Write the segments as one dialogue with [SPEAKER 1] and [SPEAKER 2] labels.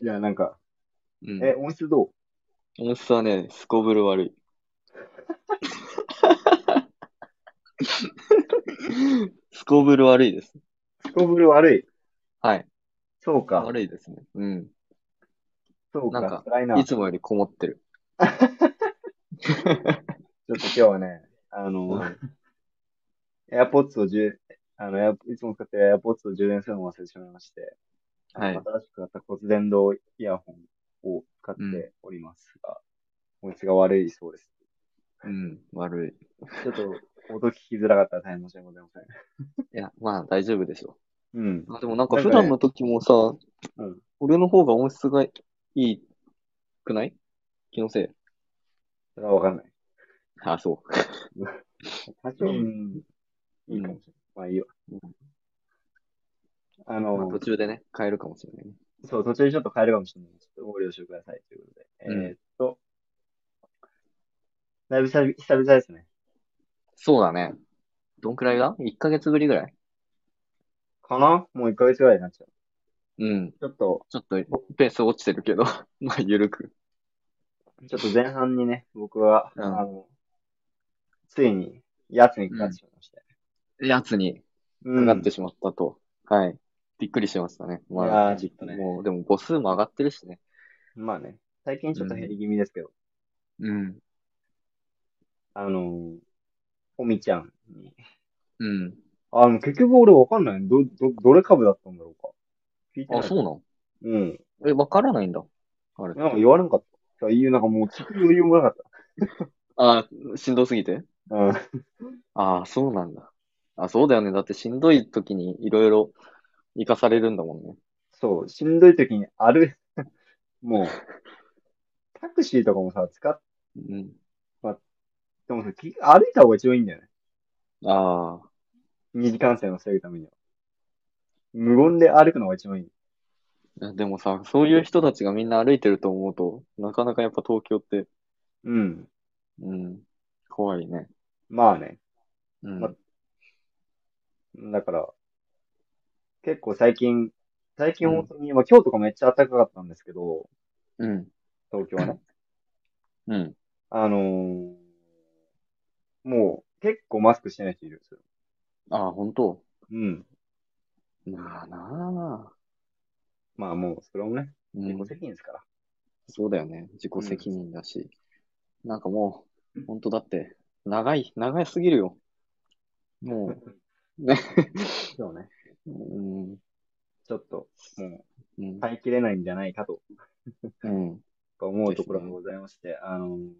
[SPEAKER 1] いや、なんか、
[SPEAKER 2] うん。
[SPEAKER 1] え、音質どう
[SPEAKER 2] 音質はね、すこぶる悪い。すこぶる悪いです。
[SPEAKER 1] すこぶる悪い。
[SPEAKER 2] はい。
[SPEAKER 1] そうか。
[SPEAKER 2] 悪いですね。うん。
[SPEAKER 1] そうか。
[SPEAKER 2] なんか
[SPEAKER 1] 辛いな。ちょ
[SPEAKER 2] い
[SPEAKER 1] っ
[SPEAKER 2] つもよりこもってる。
[SPEAKER 1] と今日はね、あ
[SPEAKER 2] う
[SPEAKER 1] の、
[SPEAKER 2] ん
[SPEAKER 1] AirPods を充、あの、エアいつも使ってる AirPods を充電するのを忘れてしまいまして、
[SPEAKER 2] はい
[SPEAKER 1] 新しく買った骨伝導イヤホンを使っておりますが、音質が悪いそうです。
[SPEAKER 2] うん、悪い。
[SPEAKER 1] ちょっと、音聞きづらかったら大変申し訳ございません。
[SPEAKER 2] いや、まあ大丈夫でしょ
[SPEAKER 1] うん。
[SPEAKER 2] う。あでもなんか
[SPEAKER 1] なんか
[SPEAKER 2] 普
[SPEAKER 1] ね
[SPEAKER 2] 段の時もさ、
[SPEAKER 1] うん
[SPEAKER 2] 俺の方が音質がいいくない気のせい。
[SPEAKER 1] それはわかんない。
[SPEAKER 2] あそう。
[SPEAKER 1] 多少、うん、
[SPEAKER 2] うん
[SPEAKER 1] いいかもしれない。まあいいわ。あ
[SPEAKER 2] まあ
[SPEAKER 1] の
[SPEAKER 2] 途、中でね、変えるかもしれないね。
[SPEAKER 1] そう、途中でちょっと変えるかもしれない。ちょっとご了承くださいということで。
[SPEAKER 2] うん
[SPEAKER 1] えーっと、だいぶ久々久々ですね。
[SPEAKER 2] そうだね。どんくらいだ ?1 ヶ月ぶりぐらい
[SPEAKER 1] かなもう1ヶ月ぐらいになっちゃう。
[SPEAKER 2] うん。
[SPEAKER 1] ちょっと、
[SPEAKER 2] ちょっとペース落ちてるけど、 まあ緩く。
[SPEAKER 1] ちょっと前半にね、僕は、
[SPEAKER 2] うん
[SPEAKER 1] あの、ついに、やつにかかってしまいました。
[SPEAKER 2] やつに
[SPEAKER 1] う
[SPEAKER 2] か
[SPEAKER 1] ん。
[SPEAKER 2] かってしまったと。はい。びっくりしましたね。ま
[SPEAKER 1] い
[SPEAKER 2] あ、
[SPEAKER 1] やーちょっとね
[SPEAKER 2] もう、でも母数も上がってるしね。
[SPEAKER 1] まあね、最近ちょっと減り気味ですけど、
[SPEAKER 2] うん。
[SPEAKER 1] あの、おみちゃんに。
[SPEAKER 2] うん。
[SPEAKER 1] あの、結局俺わかんない。ど、ど、どれ株だったんだろうか。聞いてない。
[SPEAKER 2] あ、そうなの
[SPEAKER 1] うん。
[SPEAKER 2] え、わからないんだ。あれ。
[SPEAKER 1] なんか言われなかった。いいう、なんかもう聞く余裕もなかっ
[SPEAKER 2] あー、しんどすぎて
[SPEAKER 1] た。うん。
[SPEAKER 2] ああ、そうなんだ。あ、そうだよね。だってしんどい時にいろいろ活かされるんだもんね。
[SPEAKER 1] そう、しんどい時にある、 もう、タクシーとかもさ、使っ
[SPEAKER 2] うん。
[SPEAKER 1] てもさ、き歩いた方が一番いいんだよね。
[SPEAKER 2] ああ、
[SPEAKER 1] 二次感染を防ぐためには。無言で歩くのが一番いい。
[SPEAKER 2] いやでもさ、そういう人たちがみんな歩いてると思うと、なかなかやっぱ東京って、
[SPEAKER 1] うん。
[SPEAKER 2] うん、怖いね。
[SPEAKER 1] まあね。
[SPEAKER 2] うん。
[SPEAKER 1] まだから、結構最近、最近本当に、まあ今日とかめっちゃ暖かかったんですけど、
[SPEAKER 2] うん。
[SPEAKER 1] 東京はね。
[SPEAKER 2] うん。
[SPEAKER 1] あのーもう結構マスクしてない人いるんですよ。
[SPEAKER 2] ああ、本当。
[SPEAKER 1] うん。
[SPEAKER 2] まあなあ。
[SPEAKER 1] まあもう、それもね、
[SPEAKER 2] う
[SPEAKER 1] 自
[SPEAKER 2] ん
[SPEAKER 1] 己、責任ですから。
[SPEAKER 2] そうだよね。自己責任だし。なんかもう、本当だって、長い、長いすぎるよ。もう、ね。
[SPEAKER 1] 今日ね、
[SPEAKER 2] うん。
[SPEAKER 1] ちょっと、も
[SPEAKER 2] うん
[SPEAKER 1] う、。耐えきれないんじゃないかと
[SPEAKER 2] うん。
[SPEAKER 1] 思うところがございまして、あのー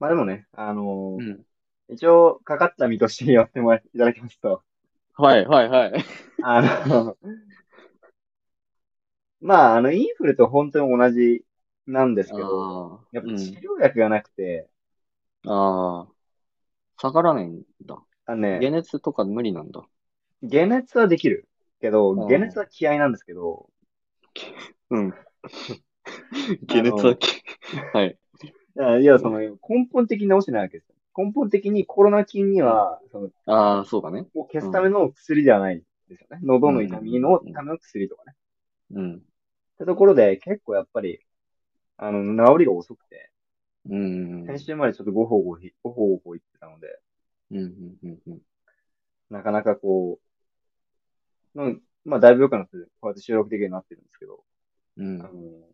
[SPEAKER 1] まあでもね、あのー
[SPEAKER 2] うん。
[SPEAKER 1] 一応、かかった身として言わせてもらいただきますと、
[SPEAKER 2] はい、はい、はい。
[SPEAKER 1] あの、まあ、あの、インフルと本当に同じなんですけど、
[SPEAKER 2] ああ、
[SPEAKER 1] やっぱ
[SPEAKER 2] う
[SPEAKER 1] 治
[SPEAKER 2] ん。
[SPEAKER 1] 療薬がなくて、
[SPEAKER 2] ああ。下がらないんだ。
[SPEAKER 1] あのね、
[SPEAKER 2] 解熱とか無理なんだ。
[SPEAKER 1] 解熱はできるけど、
[SPEAKER 2] ん
[SPEAKER 1] 解熱は気合いなんですけど、
[SPEAKER 2] うん。
[SPEAKER 1] 解熱は
[SPEAKER 2] はい。
[SPEAKER 1] いや、いやその根本的に治してないわけですよ。根本的にコロナ菌には、その
[SPEAKER 2] ああ、そうだね。
[SPEAKER 1] を消すための薬ではないですよね。喉の痛みのための薬とかね。
[SPEAKER 2] うん。
[SPEAKER 1] ってところで、結構やっぱり、あの、治りが遅くて、
[SPEAKER 2] うん。うん。
[SPEAKER 1] 先週までちょっとごほうごひ、ごほうご言ってたので、
[SPEAKER 2] うん。うん。うん
[SPEAKER 1] なかなかこう、うんまあ、だいぶ良くなって、こうやって収録できるようになってるんですけど、
[SPEAKER 2] うん
[SPEAKER 1] あの、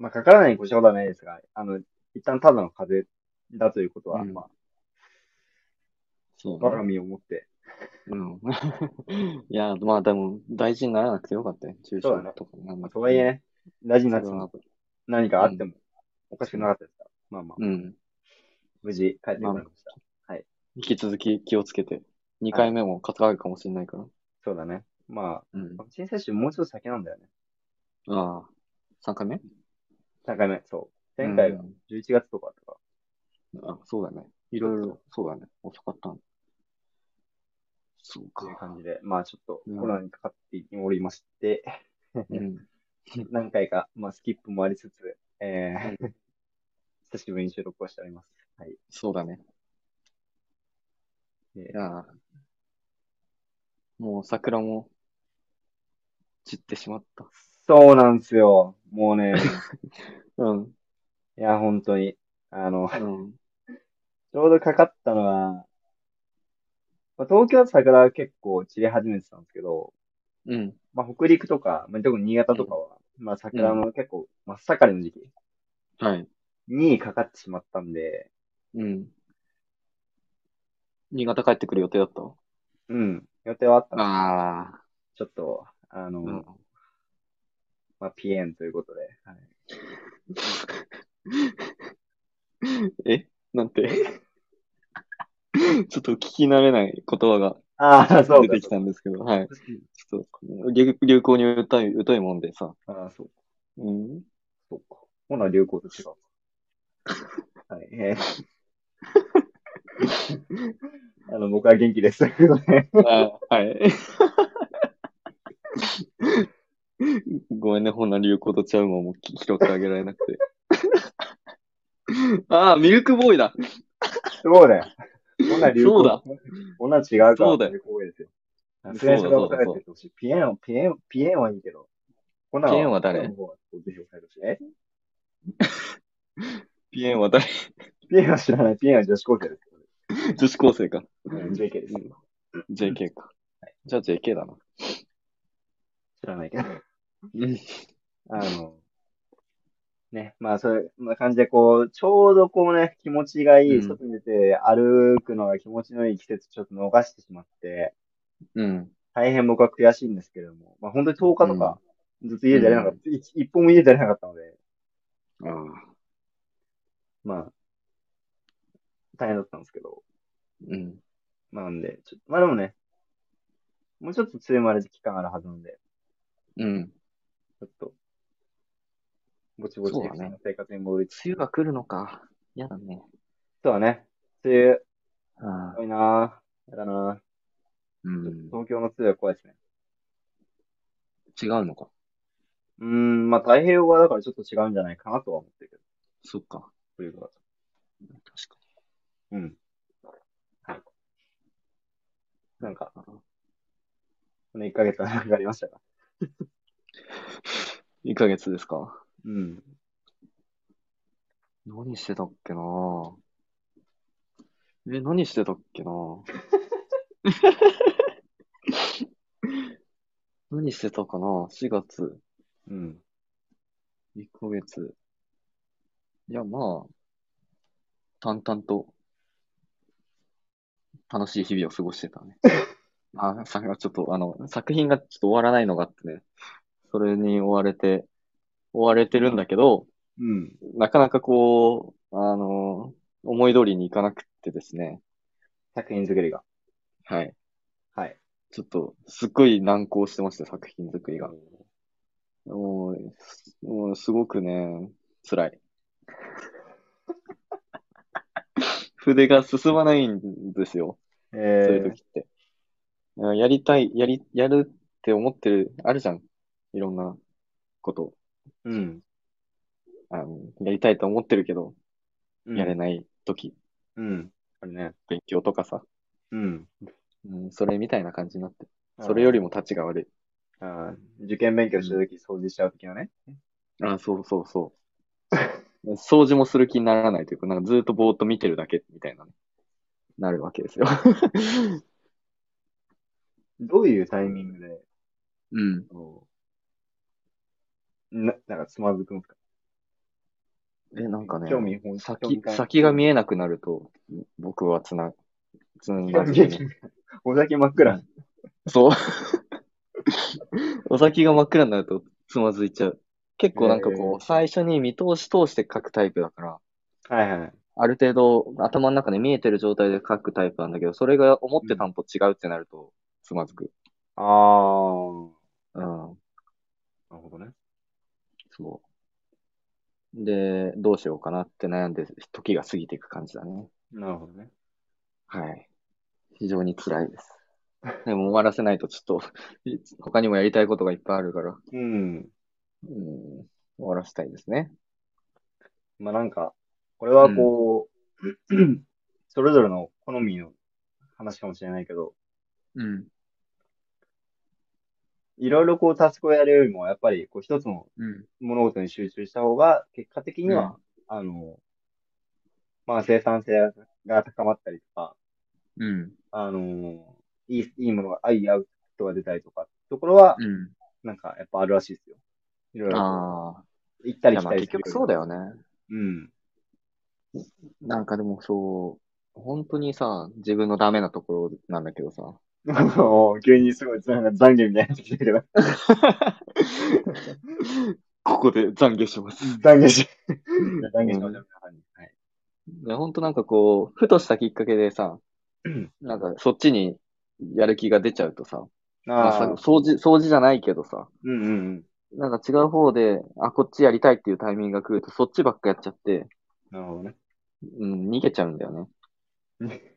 [SPEAKER 1] まあ、かからないに越したことはないですが、あの、一旦ただの風邪だということは、
[SPEAKER 2] うん
[SPEAKER 1] まあ、
[SPEAKER 2] そう
[SPEAKER 1] 我が
[SPEAKER 2] ね。
[SPEAKER 1] 身を持って、
[SPEAKER 2] うん。 いや、まあでも、大事にならなくてよかったよ。注
[SPEAKER 1] そうだ
[SPEAKER 2] 射
[SPEAKER 1] ね
[SPEAKER 2] とかなん
[SPEAKER 1] ま
[SPEAKER 2] だ
[SPEAKER 1] あ、とはいえ、ね、大事になって
[SPEAKER 2] それは
[SPEAKER 1] も、何かあっても、おかしくなかったですから、まあまあ、
[SPEAKER 2] うん。
[SPEAKER 1] 無事帰ってこられました。
[SPEAKER 2] 引き続き気をつけて。2回目もかかるかもしれないから。
[SPEAKER 1] そうだね。まあ、
[SPEAKER 2] うん
[SPEAKER 1] ワ。クチン接種もうちょっと先なんだよね。
[SPEAKER 2] ああ。3回目
[SPEAKER 1] 3回目、そう。前回が
[SPEAKER 2] うん
[SPEAKER 1] 11月とかとか、
[SPEAKER 2] あ、そうだね。いろいろ、そうだね。遅かったんだそう
[SPEAKER 1] という
[SPEAKER 2] か。
[SPEAKER 1] 感じで、まあちょっと
[SPEAKER 2] うん
[SPEAKER 1] コロナにかかっておりまして、
[SPEAKER 2] うん。
[SPEAKER 1] 何回か、まあ、スキップもありつつ、えー 久しぶりに収録をしております。はい。
[SPEAKER 2] そうだね。
[SPEAKER 1] で
[SPEAKER 2] いやーもう桜も散ってしまった。
[SPEAKER 1] そうなんですよ。も うね、
[SPEAKER 2] うん、う
[SPEAKER 1] いや、本当に。あの、
[SPEAKER 2] ん、
[SPEAKER 1] ちょうどかかったのは、まあ、東京は桜は結構散り始めてたんですけど、
[SPEAKER 2] うん、
[SPEAKER 1] まあ、北陸とか、まあ、特に新潟とかは、まあ、桜の結構真っ盛りの時期
[SPEAKER 2] はい、
[SPEAKER 1] にかかってしまったんで、
[SPEAKER 2] うん。新潟帰ってくる予定だった
[SPEAKER 1] うん、予定はあったんです
[SPEAKER 2] ああ、
[SPEAKER 1] ちょっと、あの、
[SPEAKER 2] うん。
[SPEAKER 1] まあ、ピエンということで、はい、
[SPEAKER 2] えなんて ちょっと聞き慣れない言葉が
[SPEAKER 1] ああ、そう
[SPEAKER 2] 出
[SPEAKER 1] か
[SPEAKER 2] てきたんですけど、はい。
[SPEAKER 1] そうか
[SPEAKER 2] ちょっと流流行に疎い疎いもんでさ、
[SPEAKER 1] ああ、そうか、
[SPEAKER 2] うん、
[SPEAKER 1] そうか。ほな、流行と違う。はい、えー あの、僕は元気です。 ということで
[SPEAKER 2] あはい。ごめんね、ほんな流行とちゃうもんもき拾ってあげられなくて。 ああ、ミルクボーイだ。
[SPEAKER 1] そうだよ。ほな、流行。
[SPEAKER 2] そうだ。
[SPEAKER 1] ほな、違うから。
[SPEAKER 2] そうだよ
[SPEAKER 1] 流行ですよ。
[SPEAKER 2] そうだ
[SPEAKER 1] それそれを抑えてってほしい。ピエン、ピエン、ピエンはいいけど。ほな、
[SPEAKER 2] ピエンは誰
[SPEAKER 1] ほなの方はぜひ抑えてほしい。え
[SPEAKER 2] ピエンは誰
[SPEAKER 1] ピエンは知らない。ピエンは女子高生です。
[SPEAKER 2] 女子高生か。
[SPEAKER 1] うん JK です。
[SPEAKER 2] うん JK か。じゃあ JK だな。
[SPEAKER 1] 知らないけど。
[SPEAKER 2] うん。
[SPEAKER 1] あの、ね、まあ、そういうまあ感じで、こう、ちょうどこうね、気持ちがいい、
[SPEAKER 2] うん
[SPEAKER 1] 外に出て歩くのが気持ちのいい季節、ちょっと逃してしまって、
[SPEAKER 2] うん。
[SPEAKER 1] 大変僕は悔しいんですけれども、まあ、本当に10日とか、ずっと家出れなかった、い一本も家出れなかったので、
[SPEAKER 2] ああ。
[SPEAKER 1] まあ、大変だったんですけど、
[SPEAKER 2] うん。
[SPEAKER 1] まあなんで、ちょっと、まあでもね、もうちょっと梅雨まで期間があるはずなんで、
[SPEAKER 2] うん。
[SPEAKER 1] ちょっと、ぼちぼち、
[SPEAKER 2] そうだね
[SPEAKER 1] 生活に戻りつつ、
[SPEAKER 2] 梅雨が来るのか。やだね。
[SPEAKER 1] そうだね、梅雨、
[SPEAKER 2] ああ。
[SPEAKER 1] 多いなぁ、やだなぁ。
[SPEAKER 2] うん。
[SPEAKER 1] 東京の梅雨は怖いですね。
[SPEAKER 2] 違うのか。
[SPEAKER 1] うーん、まあ太平洋側だからちょっと違うんじゃないかなとは思ってるけど、
[SPEAKER 2] そっか。
[SPEAKER 1] 冬とかと。
[SPEAKER 2] 確か
[SPEAKER 1] うん。はい。なんか、この1ヶ月は何かありましたか
[SPEAKER 2] に。1ヶ月ですか。
[SPEAKER 1] うん。
[SPEAKER 2] 何してたっけなぁえ、何してたっけな ぁ何してたかな ?4 月、
[SPEAKER 1] うん。
[SPEAKER 2] 1ヶ月。いや、まあ、淡々と、楽しい日々を過ごしてたね。あ、さ、ちょっと、あの、作品がちょっと終わらないのがあってね、それに追われて、追われてるんだけど、
[SPEAKER 1] うん。
[SPEAKER 2] なかなかこう、あの、思い通りにいかなくってですね。
[SPEAKER 1] 作品作りが。
[SPEAKER 2] はい。
[SPEAKER 1] はい。
[SPEAKER 2] ちょっと、すっごい難航してました、作品作りが。もう、すもうすごくね、辛い。 筆が進まないんですよ、
[SPEAKER 1] え
[SPEAKER 2] そういう
[SPEAKER 1] ー、
[SPEAKER 2] 時って。やりたい、やり、やるって思ってる、あるじゃん。いろんなこと。
[SPEAKER 1] うん。
[SPEAKER 2] あの、やりたいと思ってるけど、やれ
[SPEAKER 1] な
[SPEAKER 2] ない時、
[SPEAKER 1] うん。あれね。
[SPEAKER 2] 勉強とかさ。
[SPEAKER 1] うん。
[SPEAKER 2] うん、それみたいな感じになって。それよりも立ちが悪い。
[SPEAKER 1] あー、あー受験勉強してるとき掃除しちゃうときのね。
[SPEAKER 2] ああ、そうそうそう。 掃除もする気にならないというか、なんかずっとぼーっと見てるだけみたいなね、なるわけですよ。
[SPEAKER 1] どういうタイミングで、
[SPEAKER 2] うん。
[SPEAKER 1] こうな、なんかつまずくんですか
[SPEAKER 2] え、なんかね、
[SPEAKER 1] 興味本興味
[SPEAKER 2] 先、
[SPEAKER 1] 関係
[SPEAKER 2] 先が見えなくなると、僕はつな、つながってね。
[SPEAKER 1] お先真っ暗。
[SPEAKER 2] そう。 お先が真っ暗になるとつまずいちゃう。結構なんかこ
[SPEAKER 1] えー
[SPEAKER 2] う、最初に見通し通して書くタイプだから、
[SPEAKER 1] はいはい。
[SPEAKER 2] ある程度頭の中で見えてる状態で書くタイプなんだけど、それが思ってたんと違うってなるとつまずく。
[SPEAKER 1] ああ。
[SPEAKER 2] うん。
[SPEAKER 1] なるほどね。
[SPEAKER 2] そう。で、どうしようかなって悩んで、時が過ぎていく感じだね。
[SPEAKER 1] なるほどね。
[SPEAKER 2] はい。非常に辛いです。でも終わらせないと ちょっとい、他にもやりたいことがいっぱいあるから、
[SPEAKER 1] うん。
[SPEAKER 2] うん、終わらせたいですね。
[SPEAKER 1] まあなんか、これはこう、 それぞれの好みの話かもしれないけど、
[SPEAKER 2] うん。
[SPEAKER 1] いろいろこう、タスクをやるよりも、やっぱり、こう、一つの
[SPEAKER 2] うん。
[SPEAKER 1] 物事に集中した方が、結果的には、あの、まあ、生産性が高まったりとか、
[SPEAKER 2] うん。
[SPEAKER 1] あの、いい、いいものが、あいいアウトプットが出たりとか、ところは、
[SPEAKER 2] うん。
[SPEAKER 1] なんか、やっぱあるらしいですよ。いろいろこ
[SPEAKER 2] あ
[SPEAKER 1] う、行った
[SPEAKER 2] あ。
[SPEAKER 1] り
[SPEAKER 2] いや、
[SPEAKER 1] 来
[SPEAKER 2] ま
[SPEAKER 1] た
[SPEAKER 2] あ
[SPEAKER 1] り
[SPEAKER 2] 結
[SPEAKER 1] するより
[SPEAKER 2] 局そうだよね。
[SPEAKER 1] うん。
[SPEAKER 2] なんかでもそう、本当にさ、自分のダメなところなんだけどさ。
[SPEAKER 1] もう急にすごい、なんか懺悔みたいになってきてるけ
[SPEAKER 2] ここで懺悔します。
[SPEAKER 1] ど。懺悔し、懺悔しましょう、皆さんに。はい。
[SPEAKER 2] いや、本当なんかこう、ふとしたきっかけで さ
[SPEAKER 1] ん、
[SPEAKER 2] なんかそっちにやる気が出ちゃうとさ、まあ
[SPEAKER 1] あ
[SPEAKER 2] さ
[SPEAKER 1] あ、
[SPEAKER 2] 掃除、掃除じゃないけどさ、
[SPEAKER 1] うんうんうん。
[SPEAKER 2] なんか違う方で、あ、こっちやりたいっていうタイミングが来ると、そっちばっかやっちゃって、
[SPEAKER 1] なるほどね。
[SPEAKER 2] うん、逃げちゃうんだよね。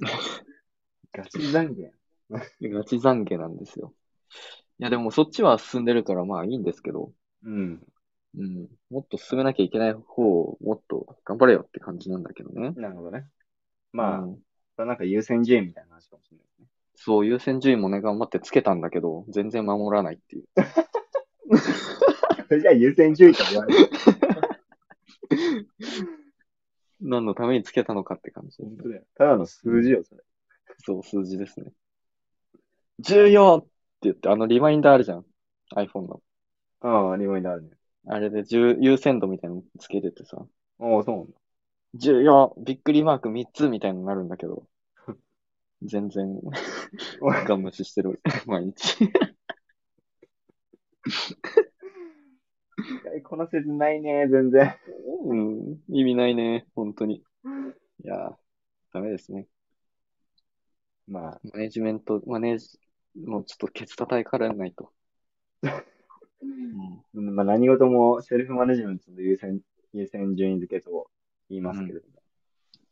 [SPEAKER 1] ガチ懺悔。
[SPEAKER 2] ガチ懺悔なんですよ。いや、でもそっちは進んでるから、まあいいんですけど、
[SPEAKER 1] うん。
[SPEAKER 2] うん、もっと進めなきゃいけない方を、もっと頑張れよって感じなんだけどね。
[SPEAKER 1] なるほどね。まあ、
[SPEAKER 2] うん
[SPEAKER 1] それはなんか優先順位みたいな話かもしれないですね。
[SPEAKER 2] そう、優先順位もね、頑張ってつけたんだけど、全然守らないっていう。
[SPEAKER 1] それじゃあ優先順位とは言わ ない。
[SPEAKER 2] 何のためにつけたのかって感じ。
[SPEAKER 1] 本当だよ。ただの数字よ、それ。
[SPEAKER 2] そう、数字ですね。重要って言って、あのリマインダーあるじゃん。iPhone の。
[SPEAKER 1] ああ、リマインダーあるね。
[SPEAKER 2] あれで重優先度みたいなのつけててさ、
[SPEAKER 1] ああ、そうなんだ。
[SPEAKER 2] 重要びっくりマーク3つみたいになるんだけ ど、全然、ガン無視してる、 毎日。
[SPEAKER 1] 使い こなせてないね、全然。
[SPEAKER 2] うん、意味ないね、本当に。いやー、ダメですね。
[SPEAKER 1] まあ、
[SPEAKER 2] マネジメント、マネージ、もうちょっとケツ叩いからないと。うん
[SPEAKER 1] まあ何事もセルフマネジメントの優先、優先順位付けと言いますけれども、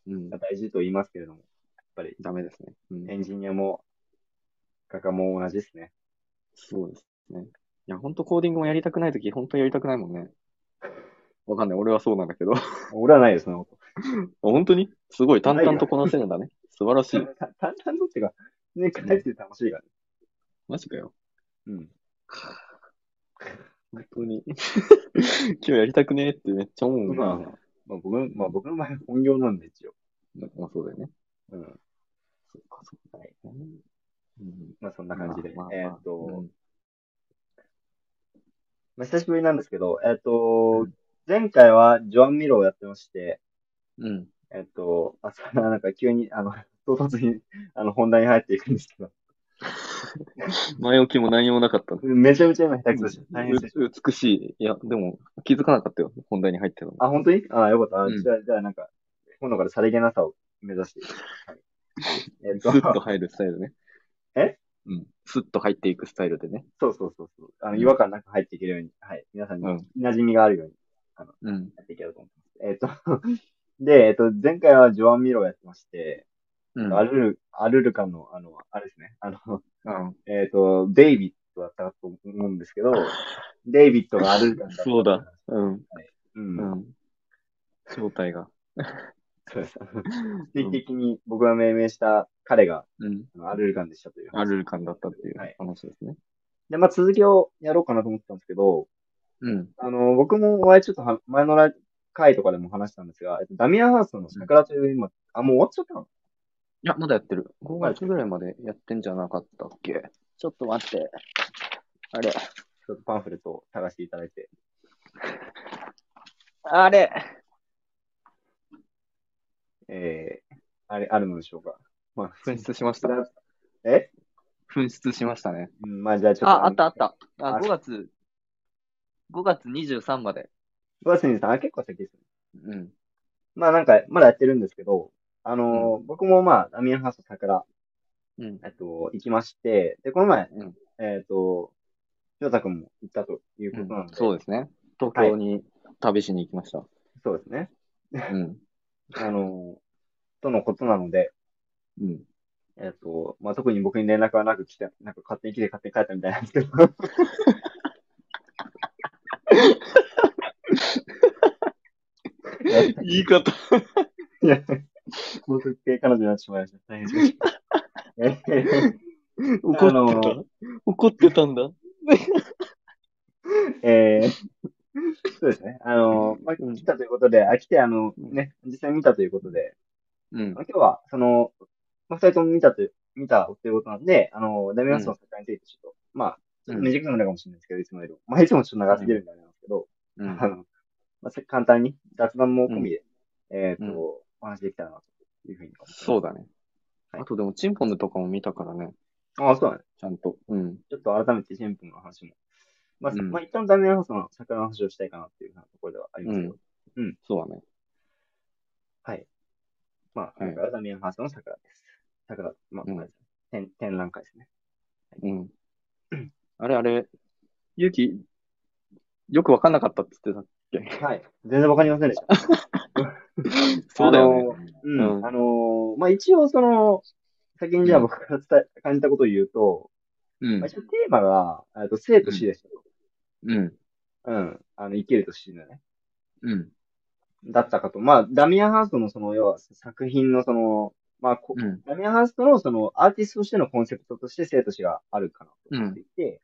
[SPEAKER 2] うん、
[SPEAKER 1] 大事と言いますけれども、やっぱり
[SPEAKER 2] ダメですね。うん
[SPEAKER 1] エンジニアも画家も同じですね。
[SPEAKER 2] そうですね。いや、本当コーディングもやりたくないとき、本当やりたくないもんね。わかんない。俺はそうなんだけど。
[SPEAKER 1] 俺はないよ、その。
[SPEAKER 2] 本当にすごい淡々とこなせるんだね。素晴らしい。
[SPEAKER 1] た淡々とっていうか、ね、帰って楽しいからね。
[SPEAKER 2] マジかよ。
[SPEAKER 1] うん。
[SPEAKER 2] 本当に。 今日やりたくねえってめっちゃ思う。
[SPEAKER 1] まあまあ、まあ、僕の、まあ僕の場合本業なんで一応。
[SPEAKER 2] まあそうだよね。
[SPEAKER 1] うん。
[SPEAKER 2] そっかそっか。うん。
[SPEAKER 1] まあそんな感じで。
[SPEAKER 2] まあまあ
[SPEAKER 1] えー
[SPEAKER 2] まあ
[SPEAKER 1] っと、
[SPEAKER 2] うん
[SPEAKER 1] まあ久しぶりなんですけど、えーっと、
[SPEAKER 2] う
[SPEAKER 1] 前回はジョアン・ミロをやってまして、
[SPEAKER 2] うん。
[SPEAKER 1] えっと、あ、それはなんか急に、あの、唐突に、あの、本題に入っていくんですけど、
[SPEAKER 2] 前置きも何もなかった。
[SPEAKER 1] めちゃめちゃ今下手くそでした。大変でした。
[SPEAKER 2] う美しい。いや、でも気づかなかったよ。本題に入って たの。
[SPEAKER 1] あ、本当にあ、よかった。あ
[SPEAKER 2] うん
[SPEAKER 1] じゃあ、じゃあなんか、今度からさりげなさを目指して。はいえっ
[SPEAKER 2] ス
[SPEAKER 1] と、
[SPEAKER 2] ッと入るスタイルね。
[SPEAKER 1] え
[SPEAKER 2] うん。スッと入っていくスタイルでね。
[SPEAKER 1] そうそうそうそう。あの、
[SPEAKER 2] うん
[SPEAKER 1] 違和感なく入っていけるように、はい。皆さんに
[SPEAKER 2] うん
[SPEAKER 1] 馴染みがあるように
[SPEAKER 2] うん。
[SPEAKER 1] やっていけると思 います。えっと、で、えっと、前回はジョアン・ミロをやってまして、
[SPEAKER 2] うん。
[SPEAKER 1] アルル、アルルカの、あの、あれですね、あの、
[SPEAKER 2] うん。
[SPEAKER 1] えっと、デイビッドだったと思うんですけど、デイビッドがアルルカだった。
[SPEAKER 2] そうだ。。うん。
[SPEAKER 1] うん。
[SPEAKER 2] うん。正体が。
[SPEAKER 1] そうです。定期的に僕が命名した彼が
[SPEAKER 2] うん。
[SPEAKER 1] あのアルルガンでしたという。
[SPEAKER 2] アルル感だったってい
[SPEAKER 1] はいう
[SPEAKER 2] 話ですね。
[SPEAKER 1] で、まあ続きをやろうかなと思ってたんですけど、
[SPEAKER 2] うん。
[SPEAKER 1] あの、僕も前ちょっとは前のラ回とかでも話したんですが、えっとダミアンハウスの桜という今、あ、もう終わっちゃったの
[SPEAKER 2] いや、まだやってる。5月ぐらいまでやってんじゃなかったっけちょっと待って。あれ。
[SPEAKER 1] ちょっとパンフレットを探していただいて。
[SPEAKER 2] あれ
[SPEAKER 1] えー、あれ、あるのでしょうか。まあ、
[SPEAKER 2] 紛失しました。
[SPEAKER 1] え
[SPEAKER 2] 紛失しましたね。
[SPEAKER 1] うん、まあじゃあちょっと。
[SPEAKER 2] あ、あったあっ。た。あ、
[SPEAKER 1] あ
[SPEAKER 2] 5月、5月23まで。
[SPEAKER 1] 5月にさん、あ、結構先ですね。
[SPEAKER 2] うん。
[SPEAKER 1] まあなんか、まだやってるんですけど、あの、僕もまあ、ダミアンハウス桜、
[SPEAKER 2] うん。
[SPEAKER 1] えっと、行きまして、で、この前、
[SPEAKER 2] うん
[SPEAKER 1] えっ、と、翔太くんも行ったということなんで、
[SPEAKER 2] そうですね。東京に旅しに行きました。
[SPEAKER 1] そうですね。
[SPEAKER 2] うん。
[SPEAKER 1] あの、とのことなので、
[SPEAKER 2] うん。
[SPEAKER 1] えっ、と、まあ、特に僕に連絡はなく来て、なんか勝手に来て勝手に帰ったみたいなんですけど、
[SPEAKER 2] 言い方。
[SPEAKER 1] いや、僕系彼女になってしまいました。大変失礼しました。え
[SPEAKER 2] 怒ってた、
[SPEAKER 1] あの
[SPEAKER 2] 怒ってたんだ。
[SPEAKER 1] えー、そうですね。あの、まあ、
[SPEAKER 2] うん
[SPEAKER 1] 来たということで、あ、来て、あの、
[SPEAKER 2] うん
[SPEAKER 1] ね、実際見たということで、
[SPEAKER 2] うん
[SPEAKER 1] まあ、今日は、その、まあ、二人とも見たという、見たということなんで、あの、ダメラスの作家についてちょっと、まあ、ちょっと短くなるかもしれないですけど、いつもよりも。まあ、いつもちょっと長すぎるんであれなんですけど、あ
[SPEAKER 2] う
[SPEAKER 1] の、まあ、せ簡単に雑談も込みで、えっと、
[SPEAKER 2] うん
[SPEAKER 1] お話できたらな、というふうに思います。
[SPEAKER 2] そうだね。
[SPEAKER 1] はい
[SPEAKER 2] あとでも、チンポンヌとかも見たからね、
[SPEAKER 1] ああ、そうだね。
[SPEAKER 2] ちゃんと。うん。
[SPEAKER 1] ちょっと改めてシンプルの話も。まあ、
[SPEAKER 2] うん
[SPEAKER 1] まあ、一旦ダメラスの桜の話をしたいかなっていうようなところではありますけど、
[SPEAKER 2] うんそうだね。
[SPEAKER 1] まあ、
[SPEAKER 2] はい
[SPEAKER 1] だからダミアンハースの桜です。桜、まあ、
[SPEAKER 2] うん
[SPEAKER 1] これ展展覧会ですね。
[SPEAKER 2] うん。あれあれ、ゆうき、よくわかんなかったって言って
[SPEAKER 1] はい。全然わかりませんでした。
[SPEAKER 2] た。そうだよね。
[SPEAKER 1] うん。
[SPEAKER 2] うん
[SPEAKER 1] あのーまあ、一応その、先にじゃあ僕が伝え、感じたことを言うと、
[SPEAKER 2] うん
[SPEAKER 1] まあ、。一応テーマが、えっと、生と死でしたと。
[SPEAKER 2] うん。
[SPEAKER 1] うん。あの、生きると死ぬね。
[SPEAKER 2] うん。
[SPEAKER 1] だったかと。まあ、ダミアン・ハーストのその、要は作品のその、まあ、こ
[SPEAKER 2] うん。
[SPEAKER 1] ダミアン・ハーストのその、アーティストとしてのコンセプトとして生と死があるかなと思っていて、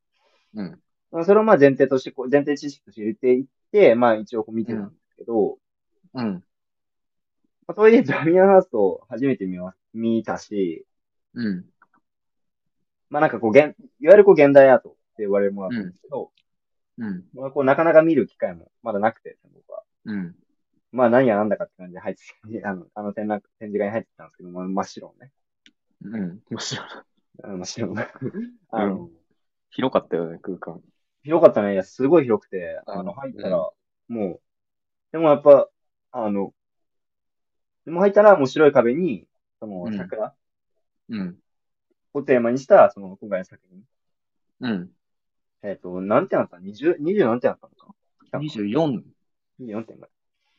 [SPEAKER 2] うん。
[SPEAKER 1] まあ、それをまあ前提としてこう、前提知識として入れていって、まあ一応こう見てたんですけど、
[SPEAKER 2] うん。
[SPEAKER 1] まあ、とはいえダミアン・ハーストを初めて見ま、見たし、
[SPEAKER 2] うん。
[SPEAKER 1] まあなんかこう、現いわゆるこう現代アートって言われるものなんですけど、
[SPEAKER 2] うん。
[SPEAKER 1] まあこうなかなか見る機会もまだなくて、僕は。
[SPEAKER 2] うん。
[SPEAKER 1] まあ何やなんだかって感じで入って、あの、あの展覧展示会に入ってたんですけど、まあ、真っ白のね。
[SPEAKER 2] うん。 むしろ
[SPEAKER 1] あの真っ白の。 あの、
[SPEAKER 2] 広かったよね、空間。
[SPEAKER 1] 広かったね。いや、すごい広くて、
[SPEAKER 2] うん
[SPEAKER 1] あの、入ったら、もう、でもやっぱ、あの、でも入ったら、もう白い壁に、その
[SPEAKER 2] う、ん
[SPEAKER 1] 桜
[SPEAKER 2] うん。
[SPEAKER 1] をテーマにした、その、今回の作品。
[SPEAKER 2] うん。
[SPEAKER 1] えっ、と、何点あった ?20、20何点あったのか
[SPEAKER 2] 24。
[SPEAKER 1] ?24 点ぐらい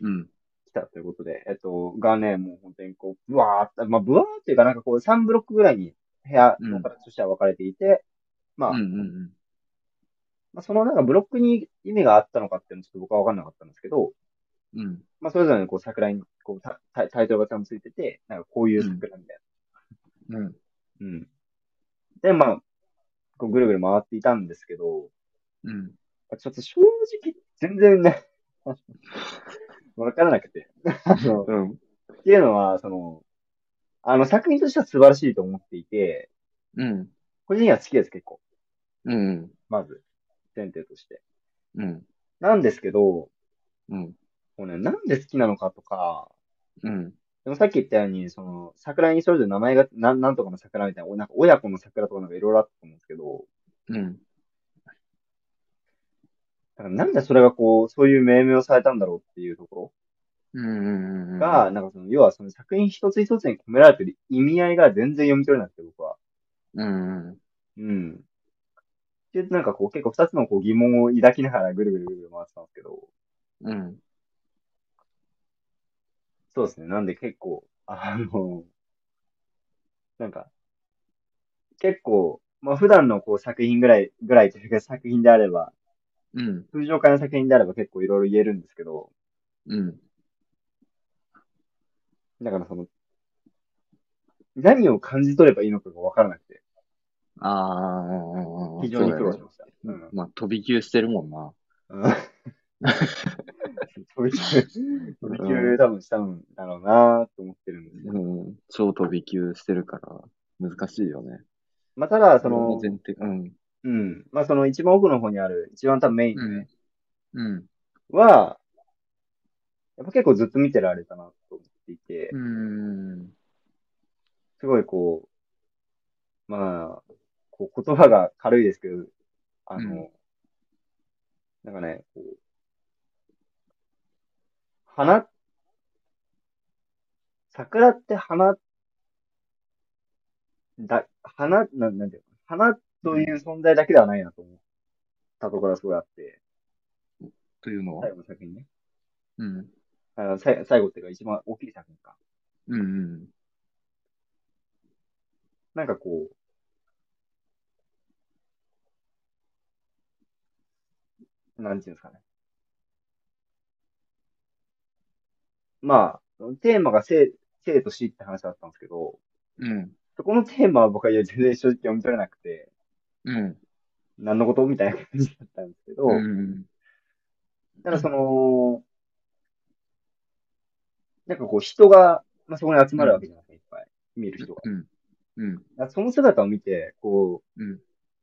[SPEAKER 2] うん。
[SPEAKER 1] 来たということで、えっ、と、がね、もう本当にこう、ぶわーっと、まあ、ぶわーっていうか、なんかこう、3ブロックぐらいに部屋の形としては分かれていて、まあ、
[SPEAKER 2] うんうん
[SPEAKER 1] まあ、そのなんかブロックに意味があったのかっていうのはちょっと僕は分かんなかったんですけど、
[SPEAKER 2] うん。うん。
[SPEAKER 1] まあ、それぞれのこう桜にこうタタタイトルがちゃんとついてて、なんかこういう桜みたい
[SPEAKER 2] うん。
[SPEAKER 1] な。うん。で、まあ、こうぐるぐる回っていたんですけど、
[SPEAKER 2] うん。
[SPEAKER 1] ちょっと正直、全然ね、 わからなくて。あの
[SPEAKER 2] うん。
[SPEAKER 1] っていうのは、その、あの作品としては素晴らしいと思っていて、
[SPEAKER 2] うん。
[SPEAKER 1] 個人的には好きです、結構。
[SPEAKER 2] うん。
[SPEAKER 1] まず、前提として。
[SPEAKER 2] うん。
[SPEAKER 1] なんですけど、も
[SPEAKER 2] うん。
[SPEAKER 1] うね、なんで好きなのかとか、
[SPEAKER 2] うん。
[SPEAKER 1] でもさっき言ったように、その、桜にそれぞれ名前が、なん、なんとかの桜みたいな、おなんか親子の桜とかなんかいろいろあったと思うんですけど、
[SPEAKER 2] うん。
[SPEAKER 1] だからなんでそれがこう、そういう命名をされたんだろうっていうとこ
[SPEAKER 2] う
[SPEAKER 1] ろ
[SPEAKER 2] ん。
[SPEAKER 1] が、、なんかその、要はその作品一つ一つに込められてる意味合いが全然読み取れなくて、僕は。
[SPEAKER 2] うん。
[SPEAKER 1] うん。で、なんかこう、結構二つのこう疑問を抱きながらぐるぐるぐるぐる回ってたんですけど、
[SPEAKER 2] うん。
[SPEAKER 1] そうですね。なんで結構、 あの、なんか、結構、まあ普段のこう作品ぐらい、ぐらいというか作品であれば、
[SPEAKER 2] うん。
[SPEAKER 1] 通常会の作品であれば結構いろいろ言えるんですけど、
[SPEAKER 2] うん。
[SPEAKER 1] だからその、何を感じ取ればいいのかがわからなくて、
[SPEAKER 2] ああ、
[SPEAKER 1] 非常に苦労し
[SPEAKER 2] そう
[SPEAKER 1] ました。
[SPEAKER 2] だねまあ、飛び級してるもんな。
[SPEAKER 1] うん。うん。飛び級、飛び級多分したんだろうなと思ってるんですけど。
[SPEAKER 2] うん。超飛び級してるから、難しいよね。
[SPEAKER 1] まあただ、その、
[SPEAKER 2] 前提、うん。
[SPEAKER 1] うん。まあその一番奥の方にある、一番多分メインのね、
[SPEAKER 2] うん。
[SPEAKER 1] は、やっぱ結構ずっと見てられたなと思っていて
[SPEAKER 2] う、ん。
[SPEAKER 1] すごいこう、まあ、こう言葉が軽いですけど、あの、なんかね、こう、花、桜って花、だ、花、なん、なんていうの、花という存在だけではないなと思ったところがすごいあって、
[SPEAKER 2] というのは
[SPEAKER 1] 最。後の作品ね。
[SPEAKER 2] うん。
[SPEAKER 1] あさい最後っていうか一番大きい作品か。
[SPEAKER 2] うん。
[SPEAKER 1] なんかこう、なんていうんですかね。まあ、テーマが生、生と死って話だったんですけど、
[SPEAKER 2] うん。
[SPEAKER 1] そこのテーマは僕は全然正直読み取れなくて、
[SPEAKER 2] うん。
[SPEAKER 1] 何のことみたいな感じだったんですけど、
[SPEAKER 2] うん。
[SPEAKER 1] ただその、なんかこう人が、まあ、そこに集まるわけじゃないですか、いっぱい。見る人が。
[SPEAKER 2] うん。うん。
[SPEAKER 1] だからその姿を見て、こう、
[SPEAKER 2] うん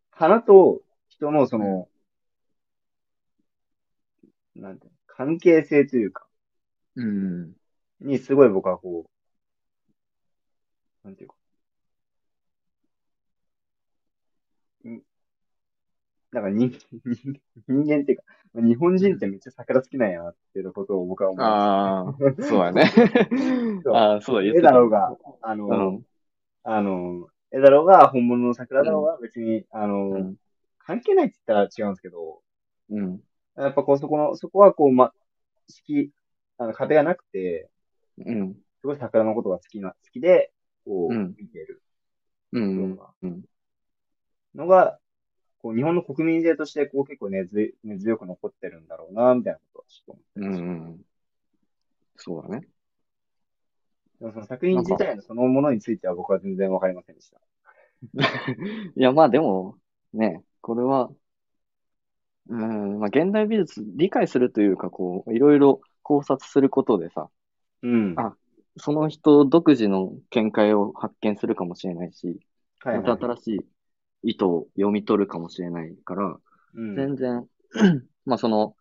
[SPEAKER 1] 花と人のその、なんていうの関係性というか、
[SPEAKER 2] うん。
[SPEAKER 1] にすごい僕はこう、なんていうか、んなんか人人間っていうか、まあ日本人ってめっちゃ桜好きなんやなっていうことを僕は思う。
[SPEAKER 2] ああ、そうだね。ああ、そうだ、言って
[SPEAKER 1] 絵
[SPEAKER 2] た
[SPEAKER 1] だろうが、あの、
[SPEAKER 2] うん。
[SPEAKER 1] あの、絵だろうが、本物の桜だろうが、別に、あの、
[SPEAKER 2] うん
[SPEAKER 1] 関係ないって言ったら違うんですけど、
[SPEAKER 2] うん。
[SPEAKER 1] やっぱこう、そこの、そこはこう、ま、式、あの、壁がなくて、
[SPEAKER 2] うん。
[SPEAKER 1] すごい桜のことが好きな、好きで、こう、
[SPEAKER 2] うん
[SPEAKER 1] 見てる
[SPEAKER 2] う。
[SPEAKER 1] ようんな
[SPEAKER 2] うん。
[SPEAKER 1] のが、こう、日本の国民性として、こう、結構根強い根強く残ってるんだろうな、みたいなことはちょっと
[SPEAKER 2] うんうん。そうだね。
[SPEAKER 1] 思う。でもその作品自体のそのものについては僕は全然わかりませんでした。
[SPEAKER 2] いや、まあでも、ね、これは、うん、まあ現代美術理解するというか、こう、いろいろ考察することでさ、
[SPEAKER 1] うん。
[SPEAKER 2] あその人独自の見解を発見するかもしれないし、
[SPEAKER 1] はいはい、
[SPEAKER 2] また新しい意図を読み取るかもしれないから、
[SPEAKER 1] うん
[SPEAKER 2] 全然、 まあその、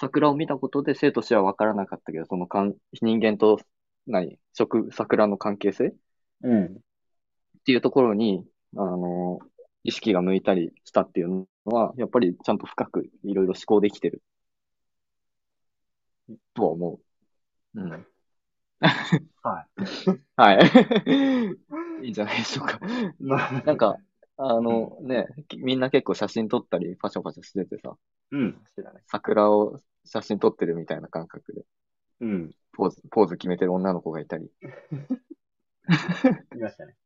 [SPEAKER 2] 桜を見たことで生と死は分からなかったけど、そのかん人間と、何、食、桜の関係性
[SPEAKER 1] うん。
[SPEAKER 2] っていうところに、あの、意識が向いたりしたっていうのは、やっぱりちゃんと深くいろいろ思考できてる。とは思う。 うん。
[SPEAKER 1] は
[SPEAKER 2] はい。いいん じゃないでしょうか。
[SPEAKER 1] い。まあ、
[SPEAKER 2] なんか、あのね、みんな結構写真撮ったり、パシャパシャしててさ、
[SPEAKER 1] うん。知らない。
[SPEAKER 2] 桜を写真撮ってるみたいな感覚で、
[SPEAKER 1] うん。
[SPEAKER 2] ポーズ、ポーズ決めてる女の子がいたり。
[SPEAKER 1] いましたね。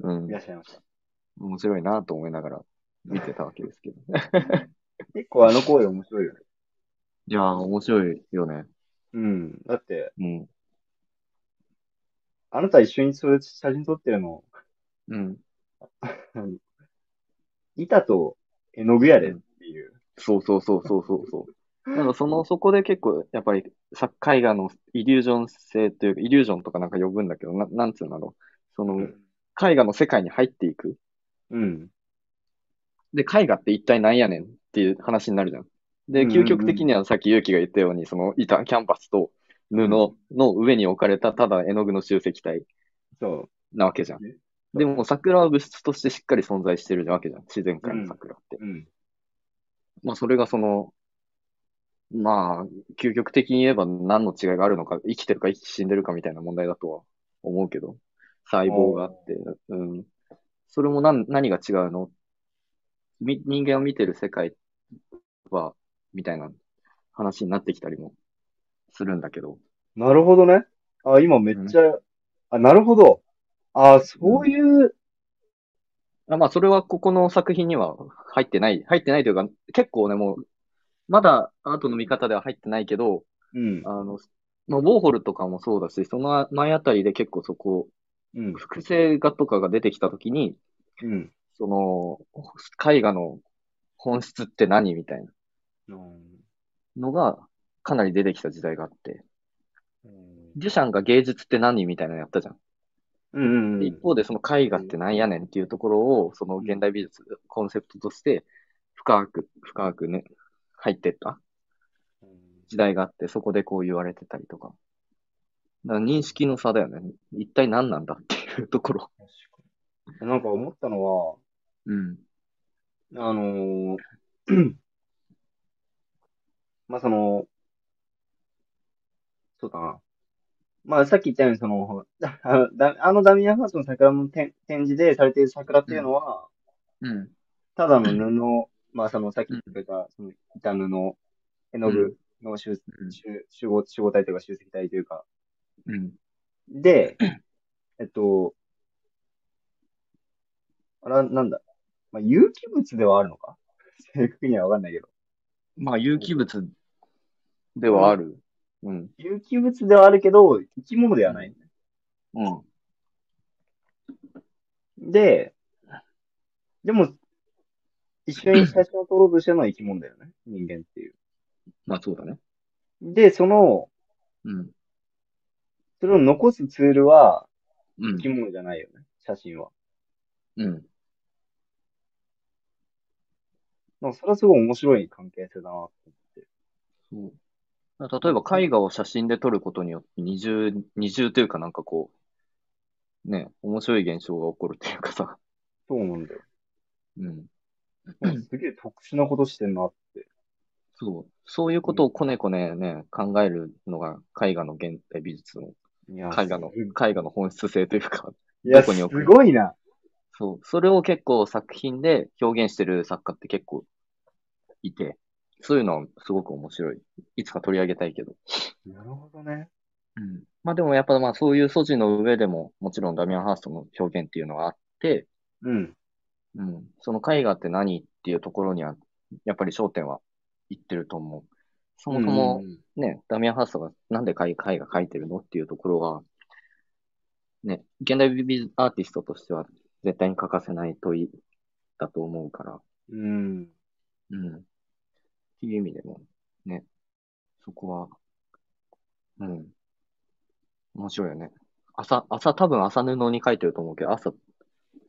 [SPEAKER 2] うん
[SPEAKER 1] い。らっしゃいました。
[SPEAKER 2] 面白いなと思いながら見てたわけですけど。
[SPEAKER 1] 結構あの行為面白いよね。
[SPEAKER 2] いやー、面白いよね。
[SPEAKER 1] うん。だって、
[SPEAKER 2] うん。
[SPEAKER 1] あなた一緒にそれ写真撮ってるの、
[SPEAKER 2] うん。
[SPEAKER 1] 板と絵の具やでっていう。
[SPEAKER 2] そうそうそうそうそうそう。なんかその、そこで結構、やっぱり、さ、絵画のイリュージョン性というか、イリュージョンとかなんか呼ぶんだけど、な、なんつうんだろう。その、絵画の世界に入っていく。
[SPEAKER 1] うん。
[SPEAKER 2] で、絵画って一体何やねんっていう話になるじゃん。で、
[SPEAKER 1] うんうんうん
[SPEAKER 2] 究極的にはさっきゆうきが言ったように、その板、キャンパスと布の上に置かれたただ絵の具の集積体
[SPEAKER 1] そ
[SPEAKER 2] なわけじゃん
[SPEAKER 1] ね。
[SPEAKER 2] でも桜は物質としてしっかり存在してるわけじゃん。自然界の桜って。
[SPEAKER 1] う。うん。
[SPEAKER 2] まあ、それがその、まあ、究極的に言えば何の違いがあるのか、生きてるか生き死んでるかみたいな問題だとは思うけど、細胞があって、うん。それも何、何が違うのみ、人間を見てる世界は、みたいな話になってきたりもするんだけど、
[SPEAKER 1] なるほどね。あ、今めっちゃ、あ、なるほど。あ、そういう、
[SPEAKER 2] あまあ、それはここの作品には入ってない、入ってないというか、結構ね、もう、まだアートの見方では入ってないけど、
[SPEAKER 1] うん。
[SPEAKER 2] あの、まあ、ウォーホルとかもそうだし、その前あたりで結構そこ、
[SPEAKER 1] うん。
[SPEAKER 2] 複製画とかが出てきたときに、
[SPEAKER 1] うん。
[SPEAKER 2] その、絵画の本質って何みたいなのが、かなり出てきた時代があって、
[SPEAKER 1] うん。
[SPEAKER 2] デュシャンが芸術って何みたいなのやったじゃん。
[SPEAKER 1] うん。
[SPEAKER 2] で一方でその絵画ってなんやねんっていうところを、その現代美術、コンセプトとして、深く、深くね、入ってった時代があって、そこでこう言われてたりとか。だから認識の差だよね。一体何なんだっていうところ。
[SPEAKER 1] 確かになんか思ったのは、
[SPEAKER 2] うん。
[SPEAKER 1] あのー まあその、そうだな。まあさっき言ったように、その、あのだあのダミアン・ハースの桜の展展示でされている桜っていうのは、
[SPEAKER 2] うん。
[SPEAKER 1] ただの布、まあそのさっき言ってた、その板布、絵の具の集
[SPEAKER 2] うん
[SPEAKER 1] 集集合集合体というか集積体というか、
[SPEAKER 2] うん。
[SPEAKER 1] で、えっと、あら、なんだ。まあ、有機物ではあるのか正確にはわかんないけど。
[SPEAKER 2] まあ、有機物ではある。うん。
[SPEAKER 1] 有機物ではあるけど、生き物ではない。
[SPEAKER 2] うん。
[SPEAKER 1] で、でも、一緒に写真を撮ろうとしてるのは生き物だよね。人間っていう。
[SPEAKER 2] まあそうだね。
[SPEAKER 1] で、その、
[SPEAKER 2] うん。
[SPEAKER 1] それを残すツールは
[SPEAKER 2] う
[SPEAKER 1] 生
[SPEAKER 2] ん
[SPEAKER 1] き。物じゃないよね。写真は。
[SPEAKER 2] うん。
[SPEAKER 1] なんかそれはすごい面白い関係性だなって。
[SPEAKER 2] そうだから例えば絵画を写真で撮ることによって二重、二重というかなんかこう、ね、面白い現象が起こるというかさ、
[SPEAKER 1] そうなん だよ。
[SPEAKER 2] うん。
[SPEAKER 1] なんかすげえ特殊なことしてんなって。
[SPEAKER 2] そう。そういうことをこねこねね、考えるのが絵画の現代美術の、
[SPEAKER 1] いや
[SPEAKER 2] 絵画の、
[SPEAKER 1] す
[SPEAKER 2] 絵画の本質性というか、
[SPEAKER 1] いや、
[SPEAKER 2] どこに
[SPEAKER 1] す
[SPEAKER 2] 置く
[SPEAKER 1] ごいな。
[SPEAKER 2] そう。それを結構作品で表現してる作家って結構いて、そういうのはすごく面白い。いつか取り上げたいけど。
[SPEAKER 1] なるほどね。
[SPEAKER 2] うん。まあでもやっぱまあそういう素地の上でも、もちろんダミアン・ハーストの表現っていうのがあって、
[SPEAKER 1] うん。
[SPEAKER 2] うん。その絵画って何っていうところには、やっぱり焦点は行ってると思う。そもそ
[SPEAKER 1] う
[SPEAKER 2] も
[SPEAKER 1] ん
[SPEAKER 2] ね、ダミアン・ハーストがなんで絵絵画描いてるのっていうところは、ね、現代美術アーティストとしては絶対に欠かせない問いだと思うから、
[SPEAKER 1] うん。
[SPEAKER 2] うん。っていう意味でも、ね、そこは、うん。面白いよね。朝、朝、多分朝布に書いてると思うけど、朝、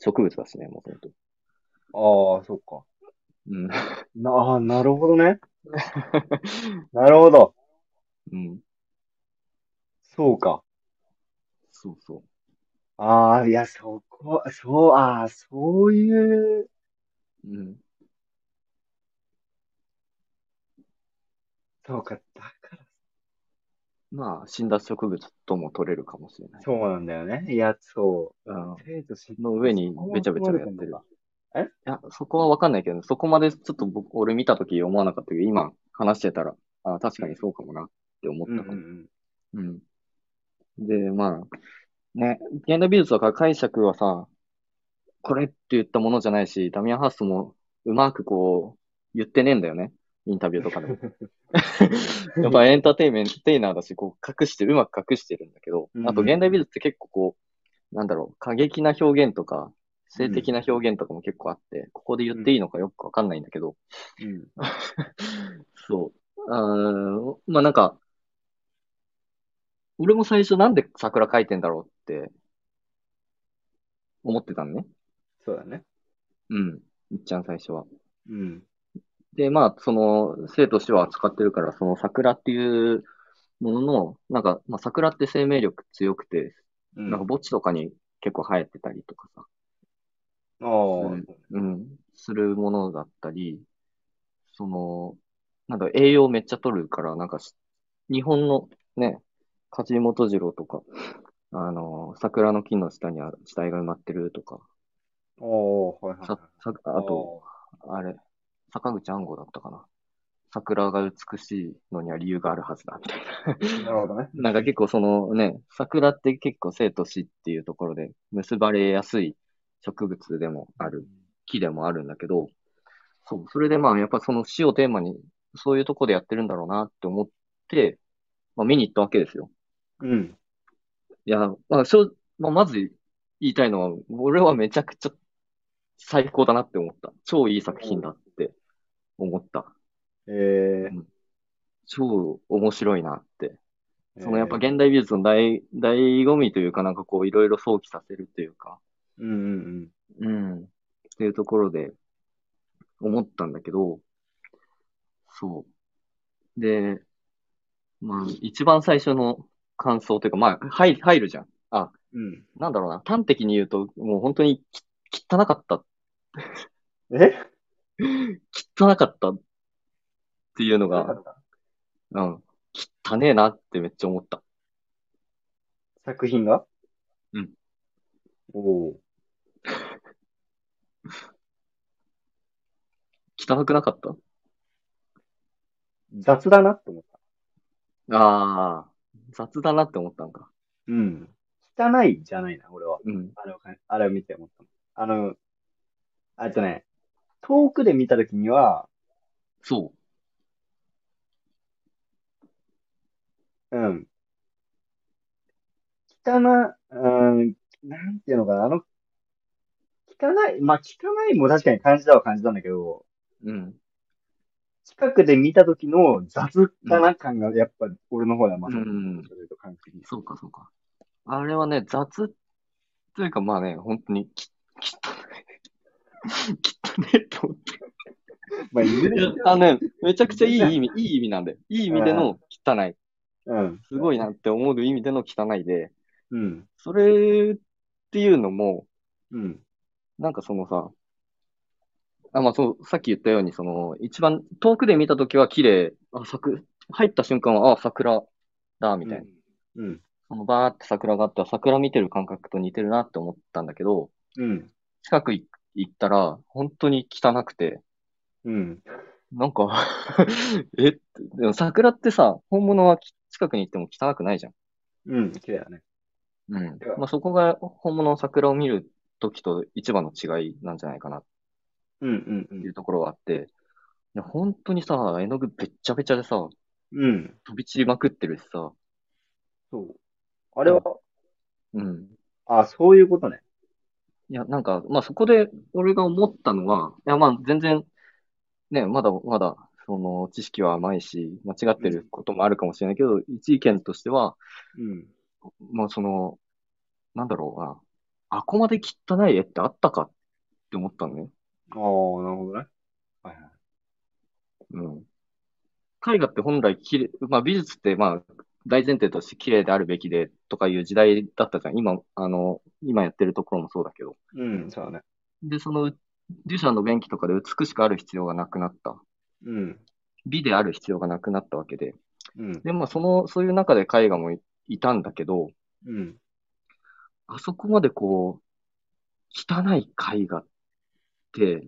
[SPEAKER 2] 植物だしね、もともと。
[SPEAKER 1] ああ、そっか。
[SPEAKER 2] うん。
[SPEAKER 1] なあー、なるほど ね。なるほど。
[SPEAKER 2] うん。
[SPEAKER 1] そうか。
[SPEAKER 2] そうそ
[SPEAKER 1] ああ、いや、そこ、そう、ああ、そういう、
[SPEAKER 2] う。うん。
[SPEAKER 1] そうか、だから、
[SPEAKER 2] まあ、死んだ植物とも取れるかもしれない。
[SPEAKER 1] そうなんだよね。いや、そ
[SPEAKER 2] うん
[SPEAKER 1] う。。生と死
[SPEAKER 2] の上にべちゃべちゃやってる。いや、そこはわかんないけど、そこまでちょっと僕、俺見たとき思わなかったけど、今話してたら、あ、確かにそうかもなって思っ
[SPEAKER 1] うん
[SPEAKER 2] た
[SPEAKER 1] う
[SPEAKER 2] かも。
[SPEAKER 1] ん
[SPEAKER 2] うん。で、まあ、ね、現代美術とか解釈はさ、これって言ったものじゃないし、ダミアン・ハーストもうまくこう、言ってねえんだよね。インタビューとかでも。やっぱエンターテイメンテイナーだし、こう隠して、うまく隠してるんだけど
[SPEAKER 1] う、ん
[SPEAKER 2] あと現代美術って結構こう、なんだろう、過激な表現とか、性的な表現とかも結構あって、ここで言っていいのかよくわかんないんだけど、
[SPEAKER 1] うん。
[SPEAKER 2] そう。あーまあなんか、俺も最初なんで桜描いてんだろうって思ってたのね。
[SPEAKER 1] そうだね。
[SPEAKER 2] うん。いっちゃん最初は。
[SPEAKER 1] うん。
[SPEAKER 2] で、まあ、その、生と死は扱ってるから、その桜っていうものの、なんか、まあ、桜って生命力強くて、
[SPEAKER 1] うん。
[SPEAKER 2] なんか墓地とかに結構生えてたりとかさ、
[SPEAKER 1] ああ、
[SPEAKER 2] うん、するものだったり、その、なんか栄養めっちゃ取るから、なんかし、日本のね、梶本次郎とか、あの、桜の木の下にある死体が埋まってるとか、
[SPEAKER 1] ああ、はいはいはい。
[SPEAKER 2] さ、さ、あと、あれ、坂口安吾だったかな。桜が美しいのには理由があるはずだ、みたい
[SPEAKER 1] あー、なるほどね。
[SPEAKER 2] な。なんか結構そのね、桜って結構生と死っていうところで結ばれやすい植物でもある、木でもあるんだけど、そう、それでまあやっぱその死をテーマに、そういうとこでやってるんだろうなって思って、まあ見に行ったわけですよ。
[SPEAKER 1] うん。
[SPEAKER 2] いや、まあ、しょ、まあ、まず言いたいのは、俺はめちゃくちゃ最高だなって思った。超いい作品だって思った。
[SPEAKER 1] ええ
[SPEAKER 2] 超面白いなって。
[SPEAKER 1] ー。
[SPEAKER 2] そのやっぱ現代美術の醍、醍醐味というかなんかこういろいろ想起させるというか、
[SPEAKER 1] うんうん
[SPEAKER 2] うん。っていうところで思ったんだけど、そう。で、まあ一番最初の感想というか、まあ入、入るじゃん。あ、
[SPEAKER 1] うん。
[SPEAKER 2] なんだろうな。端的に言うと、もう本当にき汚かった。
[SPEAKER 1] うん。え
[SPEAKER 2] 汚かったっていうの
[SPEAKER 1] なか
[SPEAKER 2] が、
[SPEAKER 1] った
[SPEAKER 2] うん。汚ねえなってめっちゃ思った。
[SPEAKER 1] 作品が
[SPEAKER 2] うん。
[SPEAKER 1] おお。
[SPEAKER 2] 汚くなかった
[SPEAKER 1] 雑だなって思った。
[SPEAKER 2] ああ、雑だなって思ったのか。
[SPEAKER 1] うん。汚いじゃないな、俺は。
[SPEAKER 2] うん。
[SPEAKER 1] あれをか、あれを見て思ったの。あの、あえっとね、遠くで見たときには、
[SPEAKER 2] そ
[SPEAKER 1] うん。汚、うん、なんていうのかな、あの、かない、まあ、聞かないも確かに感じたは感じたんだけど、
[SPEAKER 2] うん。
[SPEAKER 1] 近くで見た時の雑かな感が、やっぱ、俺の方ではまさに、
[SPEAKER 2] うん
[SPEAKER 1] それと感じる
[SPEAKER 2] そうか、そうか。あれはね、雑というか、まあね、本当にき、 きっとね、きっとね、と思って。
[SPEAKER 1] まあ、いずれにしろ
[SPEAKER 2] あのね、めちゃくちゃいい意味、いい意味なんだよ。いい意味での汚い。
[SPEAKER 1] うん。
[SPEAKER 2] すごいなって思う意味での汚いで、
[SPEAKER 1] うん。
[SPEAKER 2] それっていうのも、
[SPEAKER 1] うん。
[SPEAKER 2] なんかそのさ、あ、まあそう、さっき言ったように、その、一番遠くで見たときは綺麗、あ、桜、入った瞬間は、あ、桜だ、みたいな。
[SPEAKER 1] うん。
[SPEAKER 2] そのバーって桜があって、桜見てる感覚と似てるなって思ったんだけど、
[SPEAKER 1] うん。
[SPEAKER 2] 近くい行ったら、本当に汚くて、
[SPEAKER 1] うん。
[SPEAKER 2] なんか え、でも桜ってさ、本物はき近くに行っても汚くないじゃん。
[SPEAKER 1] うん。綺麗だね。
[SPEAKER 2] うん
[SPEAKER 1] では。
[SPEAKER 2] まあ、そこが本物の桜を見るときと一番の違いなんじゃないかなっ
[SPEAKER 1] うん。うん。
[SPEAKER 2] ていうところはあって、いや本当にさ、絵の具べっちゃべちゃでさ、
[SPEAKER 1] うん。うん。
[SPEAKER 2] 飛び散りまくってるしさ、
[SPEAKER 1] そう。あれは、
[SPEAKER 2] うん。
[SPEAKER 1] あ、そういうことね。
[SPEAKER 2] いや、なんか、まあ、そこで俺が思ったのは、いや、まあ、全然、ね、まだまだ、その、知識は甘いし、間違ってることもあるかもしれないけど、一意見としては、
[SPEAKER 1] うん。
[SPEAKER 2] まあ、その、なんだろうな、あこまで汚い絵ってあったかって思ったのね。
[SPEAKER 1] ああ、なるほどね。はいはい。
[SPEAKER 2] うん。絵画って本来きれ、まあ、美術ってまあ大前提として綺麗であるべきでとかいう時代だったじゃん。今、あの、今やってるところもそうだけど。
[SPEAKER 1] うん、そうだね。
[SPEAKER 2] で、その、デュシャンの便器とかで美しくある必要がなくなった。
[SPEAKER 1] うん。
[SPEAKER 2] 美である必要がなくなったわけで。
[SPEAKER 1] うん。
[SPEAKER 2] で、まあ、その、そういう中で絵画もい、いたんだけど、
[SPEAKER 1] うん。
[SPEAKER 2] あそこまでこう、汚い絵画って、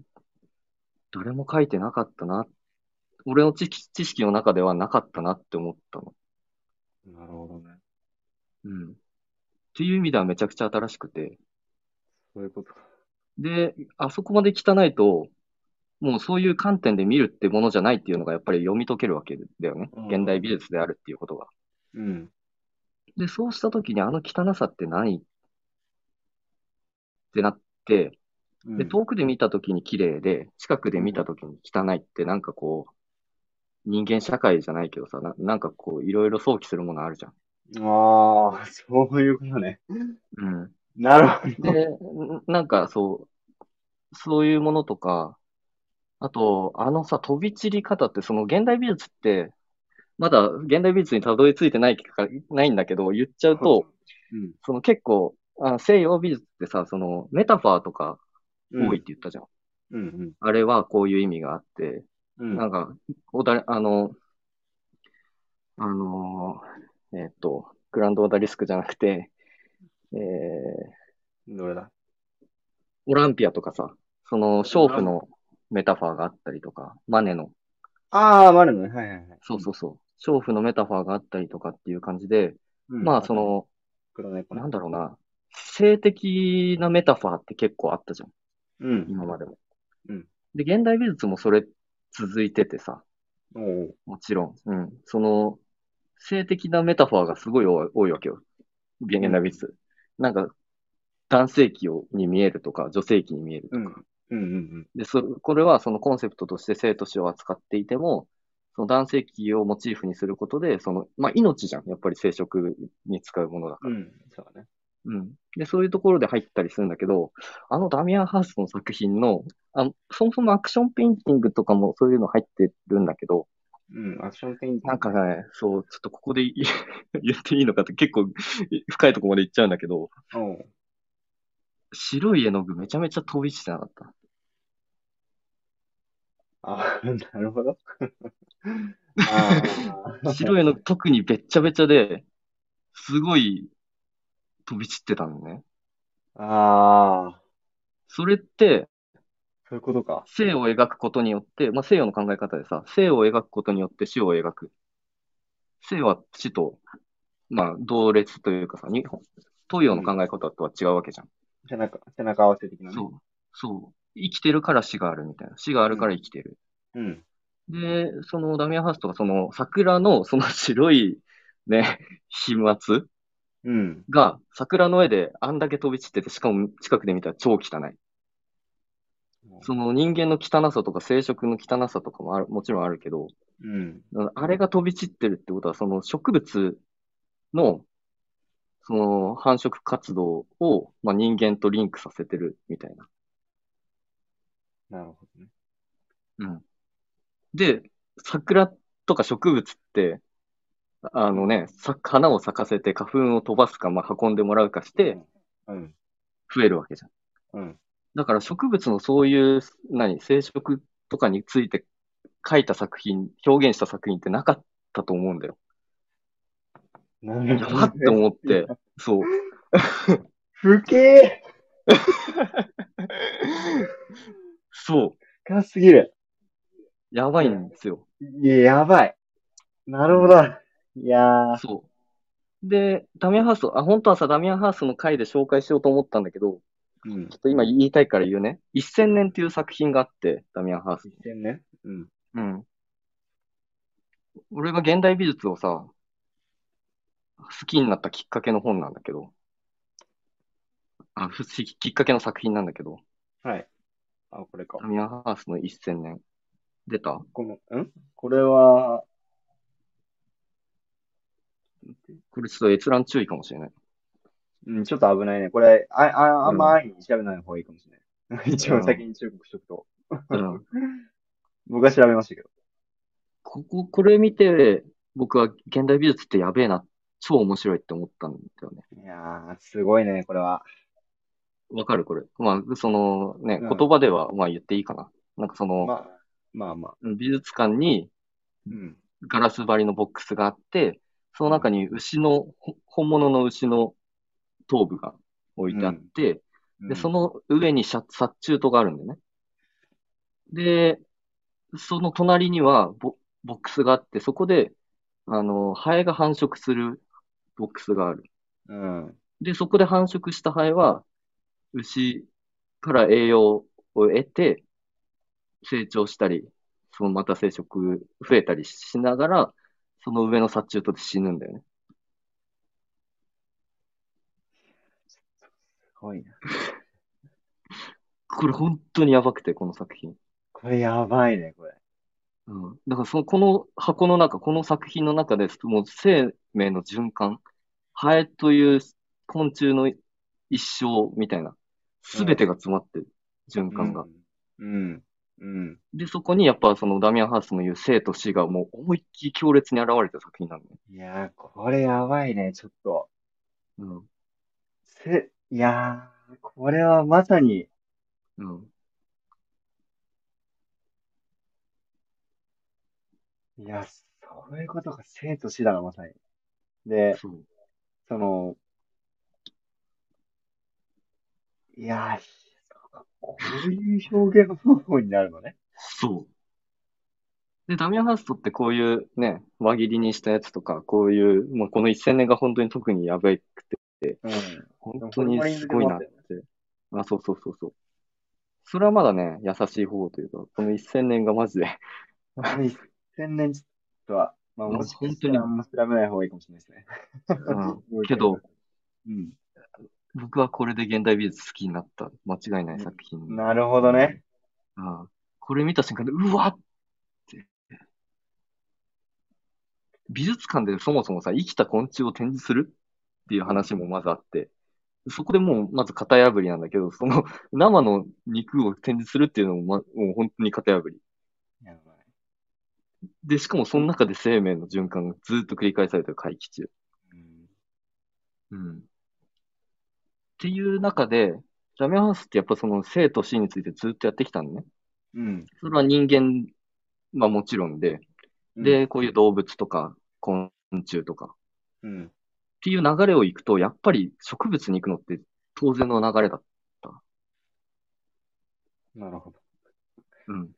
[SPEAKER 2] 誰も描いてなかったな。俺の知識、知識の中ではなかったなって思ったの。
[SPEAKER 1] なるほどね。
[SPEAKER 2] うん。っていう意味ではめちゃくちゃ新しくて。
[SPEAKER 1] そういうことか。
[SPEAKER 2] で、あそこまで汚いと、もうそういう観点で見るってものじゃないっていうのがやっぱり読み解けるわけだよね
[SPEAKER 1] うん。
[SPEAKER 2] 現代美術であるっていうことが。
[SPEAKER 1] うん。
[SPEAKER 2] で、そうした時にあの汚さって何ってなって、
[SPEAKER 1] うん
[SPEAKER 2] で、遠くで見た時に綺麗で、近くで見た時に汚いってなんかこう、人間社会じゃないけどさ、な、なんかこう、いろいろ想起するものあるじゃん。
[SPEAKER 1] ああ、そういうことね。
[SPEAKER 2] うん。
[SPEAKER 1] なるほど。
[SPEAKER 2] で、んなんかそう、そういうものとか、あと、あのさ、飛び散り方って、その現代美術って、まだ現代美術にたどり着いてないか、ないんだけど、言っちゃうと、
[SPEAKER 1] うん。
[SPEAKER 2] その結構、あ、西洋美術ってさ、そのメタファーとか
[SPEAKER 1] うん。
[SPEAKER 2] 多いって言ったじゃん。
[SPEAKER 1] うん。
[SPEAKER 2] あれはこういう意味があって、
[SPEAKER 1] うん。
[SPEAKER 2] なんか、おだれ、あの、あの、えっと、グランドオーダリスクじゃなくて、えー、
[SPEAKER 1] どれだ
[SPEAKER 2] オランピアとかさ、その、娼婦のメタファーがあったりとか、マネの、
[SPEAKER 1] ああ、マルムね。はいはいはい。
[SPEAKER 2] そうそうそう、娼婦のメタファーがあったりとかっていう感じで、
[SPEAKER 1] うん。
[SPEAKER 2] まあそ、の、
[SPEAKER 1] 黒猫ね
[SPEAKER 2] なんだろうな、性的なメタファーって結構あったじゃん、
[SPEAKER 1] うん。
[SPEAKER 2] 今までも
[SPEAKER 1] うん。
[SPEAKER 2] で、現代美術もそれ続いててさ、
[SPEAKER 1] おお。
[SPEAKER 2] もちろん、うん、その、性的なメタファーがすごい多い多いわけよ、現代美術。なんか、男性器をに見えるとか、女性器に見えるとか
[SPEAKER 1] うん。うんうん
[SPEAKER 2] で、そ、これはそのコンセプトとして生と死を扱っていても、その男性器をモチーフにすることで、その、まあ、命じゃん。やっぱり生殖に使うものだか
[SPEAKER 1] う
[SPEAKER 2] ら。
[SPEAKER 1] ん。うん。そうだね。
[SPEAKER 2] うん。で、そういうところで入ったりするんだけど、あのダミアン・ハースの作品の、あ、そもそもアクションペインティングとかもそういうの入ってるんだけど、
[SPEAKER 1] うん。アクションペインティング
[SPEAKER 2] なんかね、そう、ちょっとここでい 言っていいのかって結構深いところまで行っちゃうんだけど、
[SPEAKER 1] おう
[SPEAKER 2] 白い絵の具めちゃめちゃ飛び散ってなかった。
[SPEAKER 1] ああ、なる ほど。あ あ。
[SPEAKER 2] 白いの特にべっちゃべちゃで、すごい飛び散ってたのね。
[SPEAKER 1] ああ、
[SPEAKER 2] それって、
[SPEAKER 1] そういうことか。
[SPEAKER 2] 性を描くことによって、まあ、西洋の考え方でさ、性を描くことによって死を描く。性は死と、まあ、同列というかさ、日本、東洋の考え方とは違うわけじゃん。
[SPEAKER 1] 背中、背中合わせ的なね。
[SPEAKER 2] そう。そう。生きてるから死があるみたいな。死があるから生きてる。
[SPEAKER 1] うん。
[SPEAKER 2] で、そのダミアンハースとか、その桜のその 白いね、飛沫
[SPEAKER 1] うん。
[SPEAKER 2] が桜の絵であんだけ飛び散ってて、しかも近くで見たら超汚い。その人間の汚さとか生殖の汚さとかもある、もちろんあるけど、
[SPEAKER 1] うん。
[SPEAKER 2] あれが飛び散ってるってことは、その植物の、その繁殖活動を、まあ、人間とリンクさせてるみたいな。
[SPEAKER 1] なるほどね。
[SPEAKER 2] で、桜とか植物って、あのね、さ花を咲かせて花粉を飛ばすか、まあ、運んでもらうかして
[SPEAKER 1] うん。
[SPEAKER 2] 増えるわけじゃ
[SPEAKER 1] う
[SPEAKER 2] ん。
[SPEAKER 1] ん。
[SPEAKER 2] だから植物のそういう、何、生殖とかについて書いた作品、表現した作品ってなかったと思うんだよ。
[SPEAKER 1] な
[SPEAKER 2] やばって思って、そう。
[SPEAKER 1] 不景
[SPEAKER 2] そう。
[SPEAKER 1] かすぎる。
[SPEAKER 2] やばいんですよ。
[SPEAKER 1] いや、やばい。なるほど。いやー。
[SPEAKER 2] そう。で、ダミアンハースト、あ、本当はさ、ダミアンハーストの回で紹介しようと思ったんだけど、
[SPEAKER 1] うん
[SPEAKER 2] ちょ。っと今言いたいから言うね。1000年っていう作品があって、ダミアンハースト。
[SPEAKER 1] 1000年うん。
[SPEAKER 2] うん。俺が現代美術をさ、好きになったきっかけの本なんだけど、あ、不思議、きっかけの作品なんだけど、
[SPEAKER 1] はい。あ、これか
[SPEAKER 2] ダ。ミアンハーストの1000年。出た
[SPEAKER 1] この、んこれは、
[SPEAKER 2] これちょっと閲覧注意かもしれない。
[SPEAKER 1] うん、ちょっと危ないね。これ、あ、あ、あんま安易に調べない方がいいかもしれない。一応先に注目しとくと。
[SPEAKER 2] うん。
[SPEAKER 1] 僕は調べましたけど。
[SPEAKER 2] ここ、これ見て、僕は現代美術ってやべえな、超面白いって思ったんだよね。
[SPEAKER 1] いやー、すごいね、これは。
[SPEAKER 2] わかるこれ。まあ、そのね、
[SPEAKER 1] うん
[SPEAKER 2] 言葉では、まあ言っていいかな。なんかその、
[SPEAKER 1] まあ、まあまあ。
[SPEAKER 2] 美術館に
[SPEAKER 1] うん。
[SPEAKER 2] ガラス張りのボックスがあって、その中に牛の、ほ本物の牛の頭部が置いてあって、で、その上にシャ殺虫灯があるんだよね。で、その隣にはボ、ボックスがあって、そこで、あの、ハエが繁殖するボックスがある。
[SPEAKER 1] うん、うん。
[SPEAKER 2] で、そこで繁殖したハエは、牛から栄養を得て、成長したり、そのまた生殖増えたりしながら、その上の殺虫とで死ぬんだよね。
[SPEAKER 1] すごいな。
[SPEAKER 2] これ本当にやばくて、この作品。
[SPEAKER 1] これやばいね、これ。
[SPEAKER 2] うん。だからその、この箱の中、この作品の中で、もう生命の循環、ハエという昆虫の一生みたいな、すべてが詰まってる、循環が。
[SPEAKER 1] うん。うん。
[SPEAKER 2] で、そこにやっぱそのダミアン・ハーストの言う生と死がもう思いっきり強烈に現れた作品なのね。
[SPEAKER 1] いやー、これやばいね、ちょっと。
[SPEAKER 2] うん。
[SPEAKER 1] せ、いやー、これはまさに、
[SPEAKER 2] うん。
[SPEAKER 1] いや、そういうことが生と死だな、まさに。で、
[SPEAKER 2] そう。
[SPEAKER 1] その、いやー、こういう表現方法になるのね。
[SPEAKER 2] そう。で、ダミアン・ハーストってこういうね、輪切りにしたやつとか、こういう、まあ、この1000年が本当に特にやばい、
[SPEAKER 1] うん。
[SPEAKER 2] 本当にすごいなって。あ、そうそうそうそう。それはまだね、優しい方というか、この1000年がマ ジで、
[SPEAKER 1] 1000年ちょっとは、まあ、もしかした
[SPEAKER 2] 本当に
[SPEAKER 1] らあんま調べない方がいいかもしれないですね。
[SPEAKER 2] うん、
[SPEAKER 1] もう一
[SPEAKER 2] け
[SPEAKER 1] 回
[SPEAKER 2] ど、
[SPEAKER 1] うん。
[SPEAKER 2] 僕はこれで現代美術好きになった、間違いない作品。
[SPEAKER 1] なるほどね。
[SPEAKER 2] うんこれ見た瞬間で、うわって。美術館でそもそもさ、生きた昆虫を展示するっていう話もまずあって、そこでもうまず型破りなんだけど、その 生の肉を展示するっていうのも、ま、もう本当に型破り。
[SPEAKER 1] やばい
[SPEAKER 2] で、しかもその中で生命の循環がずっと繰り返されてる回帰中。
[SPEAKER 1] うん
[SPEAKER 2] うん。っていう中で、ラメハウスってやっぱその生と死についてずっとやってきたのね。
[SPEAKER 1] うん。
[SPEAKER 2] それは人間、まあもちろんで、
[SPEAKER 1] うん、
[SPEAKER 2] で、こういう動物とか昆虫とかっ
[SPEAKER 1] うん。
[SPEAKER 2] ていう流れを行くと、やっぱり植物に行くのって当然の流れだ。
[SPEAKER 1] なるほど。
[SPEAKER 2] うん。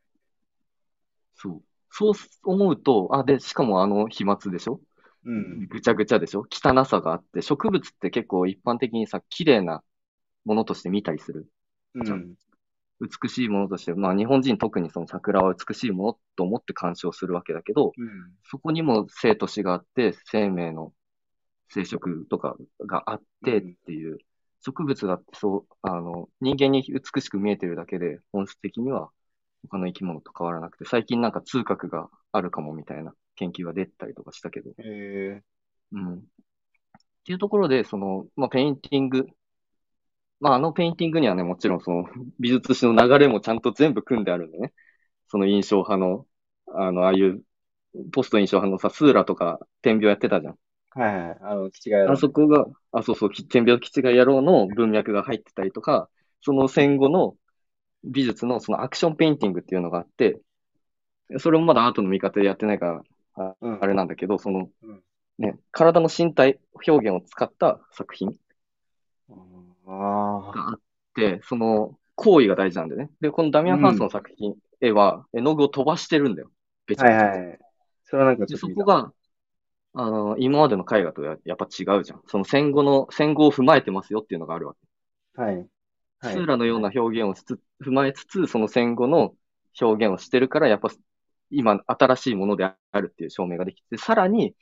[SPEAKER 2] そう。そう思うと、あ、で、しかもあの飛沫でしょ
[SPEAKER 1] うん。
[SPEAKER 2] ぐちゃぐちゃでしょ汚さがあって、植物って結構一般的にさ、綺麗なものとして見たりする。
[SPEAKER 1] うん。
[SPEAKER 2] 美しいものとして、まあ日本人特にその桜は美しいものと思って鑑賞するわけだけど、
[SPEAKER 1] うん。
[SPEAKER 2] そこにも生と死があって、生命の生殖とかがあってっていう、植物だってそう、あの、人間に美しく見えてるだけで、本質的には他の生き物と変わらなくて、最近なんか痛覚があるかもみたいな研究が出たりとかしたけど、
[SPEAKER 1] え
[SPEAKER 2] うん。っていうところで、その、まあ、ペインティング、まあ、あのペインティングにはね、もちろんその美術史の流れもちゃんと全部組んであるんでね。その印象派の、あの、ああいう、ポスト印象派のさ、スーラとか、天描やってたじゃん。
[SPEAKER 1] ー、はいはい。あの、気違いだ
[SPEAKER 2] あそこが、あ、そうそう、き天描基地が野郎の文脈が入ってたりとか、その戦後の美術のそのアクションペインティングっていうのがあって、それもまだアートの見方でやってないから、あ
[SPEAKER 1] うん
[SPEAKER 2] あれなんだけど、その
[SPEAKER 1] うん、
[SPEAKER 2] ね、体の身体表現を使った作品
[SPEAKER 1] あ
[SPEAKER 2] があって、その行為が大事なんだよね。で、このダミアン・ハースの作品、絵は、絵の具を飛ばしてるんだよ。べち
[SPEAKER 1] あ。
[SPEAKER 2] ゃべ
[SPEAKER 1] は
[SPEAKER 2] ち
[SPEAKER 1] い
[SPEAKER 2] ゃ
[SPEAKER 1] はい。それはなんかち
[SPEAKER 2] で、
[SPEAKER 1] ょっと
[SPEAKER 2] そ
[SPEAKER 1] 見
[SPEAKER 2] こ
[SPEAKER 1] た。
[SPEAKER 2] が、あの、今までの絵画とややっぱ違うじゃん。その戦後の、戦後を踏まえてますよっていうのがあるわけ。
[SPEAKER 1] はい。はい
[SPEAKER 2] スーラのような表現をしつ踏まえつつ、その戦後の表現をしてるから、やっぱ今新しいものであるっていう証明ができて、さらに、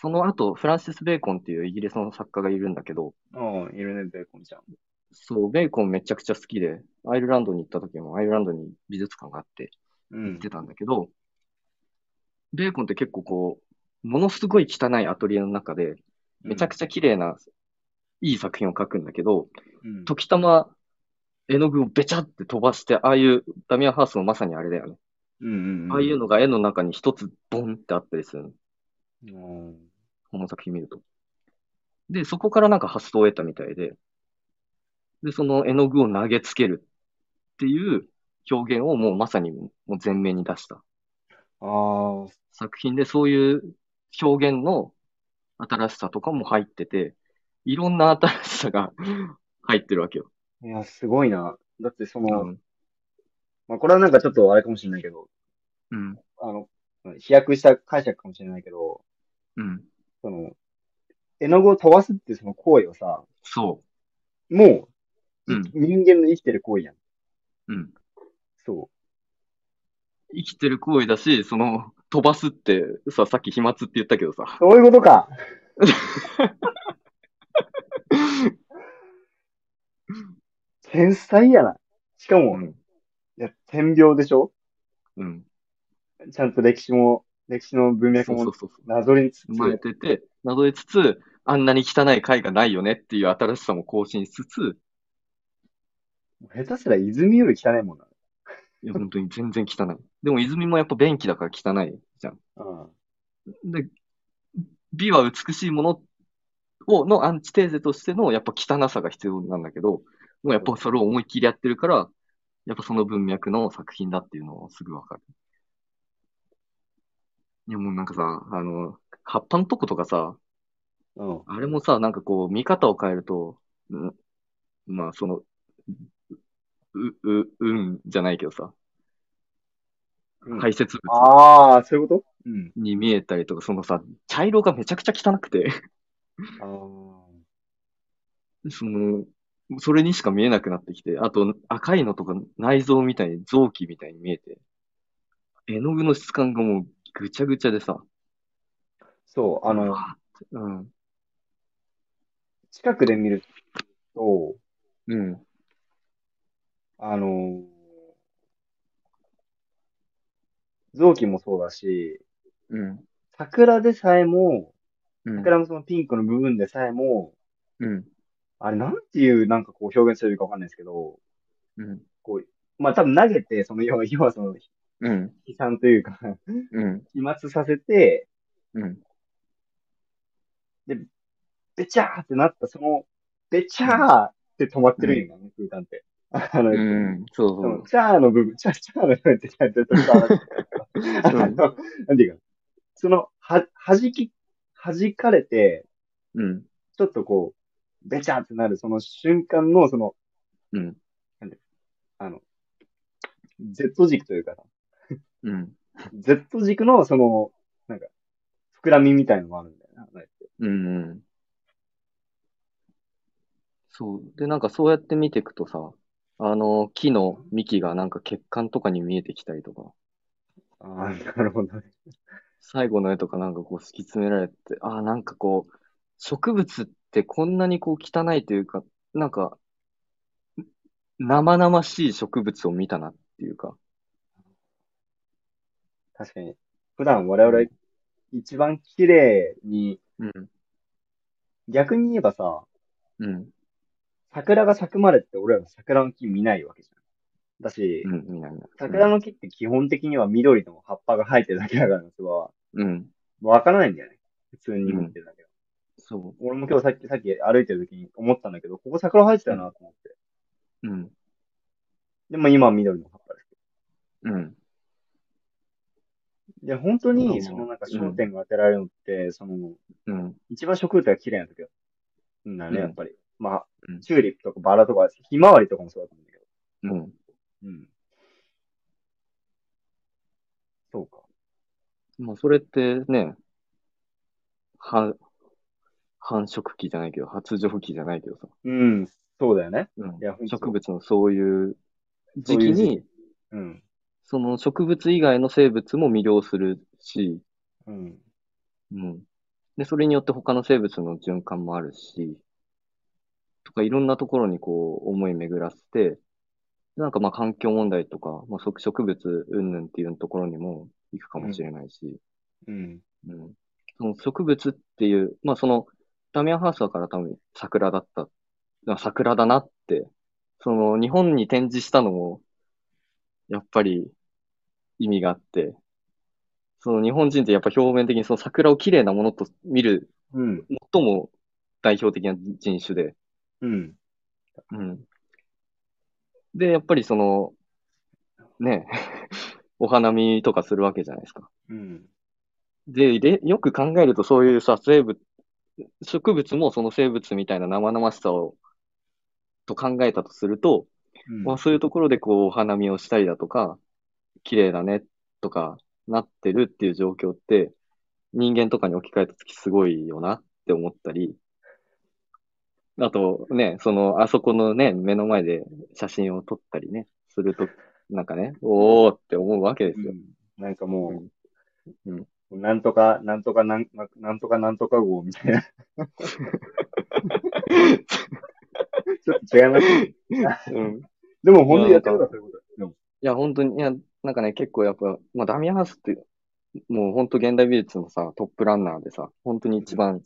[SPEAKER 2] その後、フランシス・ベーコンっていうイギリスの作家がいるんだけど、
[SPEAKER 1] うん、いるね、ベーコンちゃん。
[SPEAKER 2] そう、ベーコンめちゃくちゃ好きで、アイルランドに行った時もアイルランドに美術館があって
[SPEAKER 1] う
[SPEAKER 2] 行
[SPEAKER 1] ん
[SPEAKER 2] って。たんだけど、ベーコンって結構こう、ものすごい汚いアトリエの中で、めちゃくちゃ綺麗な、いい作品を描くんだけど、
[SPEAKER 1] うん。
[SPEAKER 2] 時たま、絵の具をべちゃって飛ばして、ああいう、ダミアンハースもまさにあれだよね。
[SPEAKER 1] うんうんうん。
[SPEAKER 2] ああいうのが絵の中に一つボンってあったりするの。
[SPEAKER 1] うん。
[SPEAKER 2] この作品見ると。で、そこからなんか発想を得たみたいで、で、その絵の具を投げつけるっていう表現をもうまさにもう前面に出した
[SPEAKER 1] ああ、
[SPEAKER 2] 作品で、そういう表現の新しさとかも入ってて、いろんな新しさが入ってるわけよ。
[SPEAKER 1] いや、すごいな。だってその、
[SPEAKER 2] うん。
[SPEAKER 1] まあ、これはなんかちょっとあれかもしれないけど、
[SPEAKER 2] うん。
[SPEAKER 1] あの、飛躍した解釈かもしれないけど、
[SPEAKER 2] うん。
[SPEAKER 1] その、絵の具を飛ばすっていうその行為をさ、
[SPEAKER 2] そ
[SPEAKER 1] もう、
[SPEAKER 2] うん
[SPEAKER 1] 人間の生きてる行為やん。
[SPEAKER 2] う。うん。
[SPEAKER 1] そ
[SPEAKER 2] 生きてる行為だし、その、飛ばすって、さ、さっき飛沫って言ったけど
[SPEAKER 1] う。
[SPEAKER 2] さ、
[SPEAKER 1] そういうことか。天才やな。しかも、
[SPEAKER 2] うん
[SPEAKER 1] いや、天描でしょ
[SPEAKER 2] うん。
[SPEAKER 1] ちゃんと歴史も、歴史の文脈
[SPEAKER 2] そうそ
[SPEAKER 1] も
[SPEAKER 2] うそうそう。
[SPEAKER 1] なぞりつつ、
[SPEAKER 2] 生まれてて、なぞりつつ、あんなに汚い絵がないよねっていう新しさも更新しつつ、
[SPEAKER 1] 下手すら泉より汚いもんな。
[SPEAKER 2] いや、本当に全然汚い。でも泉もやっぱ便器だから汚いじゃん。
[SPEAKER 1] うん。
[SPEAKER 2] で、美は美しいものを、のアンチテーゼとしてのやっぱ汚さが必要なんだけど、もうやっぱそれを思いっきりやってるから、やっぱその文脈の作品だっていうのをすぐわかる。いやもうなんかさ、あの、葉っぱのとことかさ、
[SPEAKER 1] うん。
[SPEAKER 2] あれもさ、なんかこう、見方を変えると、んまあその、う、う、うんじゃないけどさ、
[SPEAKER 1] うん
[SPEAKER 2] 排泄物
[SPEAKER 1] ああ、そういうことうん。
[SPEAKER 2] に見えたりとか、そのさ、茶色がめちゃくちゃ汚くて、
[SPEAKER 1] ああ。
[SPEAKER 2] その、それにしか見えなくなってきて、あと赤いのとか内臓みたいに臓器みたいに見えて、絵の具の質感がもうぐちゃぐちゃでさ、
[SPEAKER 1] そう、あの、
[SPEAKER 2] うん、
[SPEAKER 1] 近くで見ると、
[SPEAKER 2] うん、
[SPEAKER 1] あのー臓器もそうだし、
[SPEAKER 2] うん、
[SPEAKER 1] 桜でさえも、
[SPEAKER 2] うん、
[SPEAKER 1] 桜のそのピンクの部分でさえも、
[SPEAKER 2] うん、
[SPEAKER 1] あれなんていうなんかこう表現するかわかんないですけど、
[SPEAKER 2] うん、
[SPEAKER 1] こう、まあ多分投げて、その要は、 要はその
[SPEAKER 2] うん、
[SPEAKER 1] 悲惨というか、
[SPEAKER 2] うん、
[SPEAKER 1] 飛沫させて、
[SPEAKER 2] うん、
[SPEAKER 1] べちゃーってなった、その、べちゃーって止まってるんやな、ね、空間って。あの、
[SPEAKER 2] うん、そう
[SPEAKER 1] そ
[SPEAKER 2] そ
[SPEAKER 1] の
[SPEAKER 2] う。
[SPEAKER 1] チャーの部分、チャー、チャーの部分ってちゃんと伝わるあのなんていうか、その、は、弾き、弾かれて、
[SPEAKER 2] うん、
[SPEAKER 1] ちょっとこう、べちゃってなる、その瞬間の、その、
[SPEAKER 2] うん、
[SPEAKER 1] あの、Z 軸というか、
[SPEAKER 2] うん、
[SPEAKER 1] Z 軸の、その、なんか、膨らみみたいのもあるんだよな。なんか
[SPEAKER 2] うん。そう。で、なんかそうやって見ていくとさ、あの、木の幹がなんか血管とかに見えてきたりとか、
[SPEAKER 1] ああ、なるほどね。
[SPEAKER 2] 最後の絵とかなんかこう敷き詰められて、ああ、なんかこう、植物ってこんなにこう汚いというか、なんか、生々しい植物を見たなっていうか、
[SPEAKER 1] 確かに。普段我々一番綺麗に、
[SPEAKER 2] うん、
[SPEAKER 1] 逆に言えばさ、
[SPEAKER 2] うん、
[SPEAKER 1] 桜が咲くまでって俺らの桜の木見ないわけじゃん。だし
[SPEAKER 2] う、ん、みたいな。
[SPEAKER 1] 桜の木って基本的には緑の葉っぱが生えてるだけだから夏場は。
[SPEAKER 2] うん、
[SPEAKER 1] わからないんだよね。普通に見てるだけだ
[SPEAKER 2] そ
[SPEAKER 1] 俺も今日さっき、さっき歩いてる時に思ったんだけど、ここ桜生えてたよなと思って。
[SPEAKER 2] う、うん、
[SPEAKER 1] でも今は緑の葉っぱですけ
[SPEAKER 2] うん、
[SPEAKER 1] ど。いや、本当
[SPEAKER 2] う
[SPEAKER 1] に、
[SPEAKER 2] ん
[SPEAKER 1] そのなんか焦点が当てられるのって、その、
[SPEAKER 2] うん、
[SPEAKER 1] 一番植物が綺麗な時だ。うんだね、
[SPEAKER 2] うん
[SPEAKER 1] やっぱり。まあ
[SPEAKER 2] うん、
[SPEAKER 1] チューリップとかバラとか、ひまわりとかもそうだと思うんだけど。
[SPEAKER 2] う
[SPEAKER 1] う
[SPEAKER 2] ん。
[SPEAKER 1] ん。そうか。
[SPEAKER 2] まあ、それってね、は、繁殖期じゃないけど、発情期じゃないけどさ、
[SPEAKER 1] うん、そうだよね。
[SPEAKER 2] うん
[SPEAKER 1] いや、ほんと
[SPEAKER 2] 植物のそういう時期
[SPEAKER 1] そうい
[SPEAKER 2] に、
[SPEAKER 1] うん。
[SPEAKER 2] その植物以外の生物も魅了するし、
[SPEAKER 1] うん。
[SPEAKER 2] うん。で、それによって他の生物の循環もあるし、とかいろんなところにこう思い巡らせて、なんかまあ環境問題とか、まあ、植植物云々っていうところにも行くかもしれないし、
[SPEAKER 1] うん。
[SPEAKER 2] うん。その植物っていう、まあその、ダミアンハウスだから多分桜だった、あ桜だなって、その日本に展示したのも、やっぱり意味があって、その日本人ってやっぱ表面的にその桜を綺麗なものと見る
[SPEAKER 1] うん。
[SPEAKER 2] 最も代表的な人種で、
[SPEAKER 1] うん。
[SPEAKER 2] うん。で、やっぱりその、ね、 お花見とかするわけじゃないですか。
[SPEAKER 1] うん。
[SPEAKER 2] で、で、よく考えるとそういうさ、生物、植物もその生物みたいな生々しさを、と考えたとすると、まあそういうところでこう、お花見をしたりだとか、綺麗だね、とか、なってるっていう状況って、人間とかに置き換えた時すごいよなって思ったり、あとね、その、あそこのね、目の前で写真を撮ったりね、すると、なんかね、おーって思うわけですよ。
[SPEAKER 1] なんかもう、
[SPEAKER 2] うん
[SPEAKER 1] なんとか、なんとかなん、なんとかなんとか号みたい な。ちょっと違いますね。
[SPEAKER 2] うん
[SPEAKER 1] でも本当にやってるから、そういうこと。でも
[SPEAKER 2] いや、本当に、いや、なんかね、結構やっぱ、まあ、ダミアンハウスって、もう本当現代美術のさ、トップランナーでさ、本当に一番、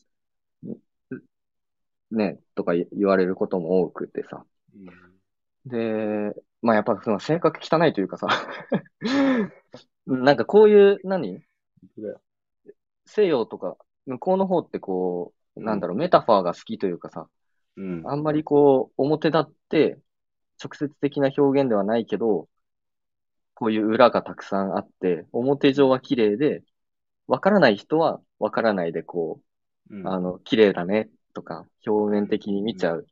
[SPEAKER 2] ね、とか言言われることも多くてさ。で、まあ、やっぱその性格汚いというかさ、 なんかこういう、何西洋とか、向こうの方ってこう、なんだろう、メタファーが好きというかさ、
[SPEAKER 1] うん。
[SPEAKER 2] あんまりこう、表立って、直接的な表現ではないけど、こういう裏がたくさんあって、表上は綺麗で、わからない人はわからないで、こ
[SPEAKER 1] うん
[SPEAKER 2] う、あの、綺麗だねとか、表面的に見ちゃう。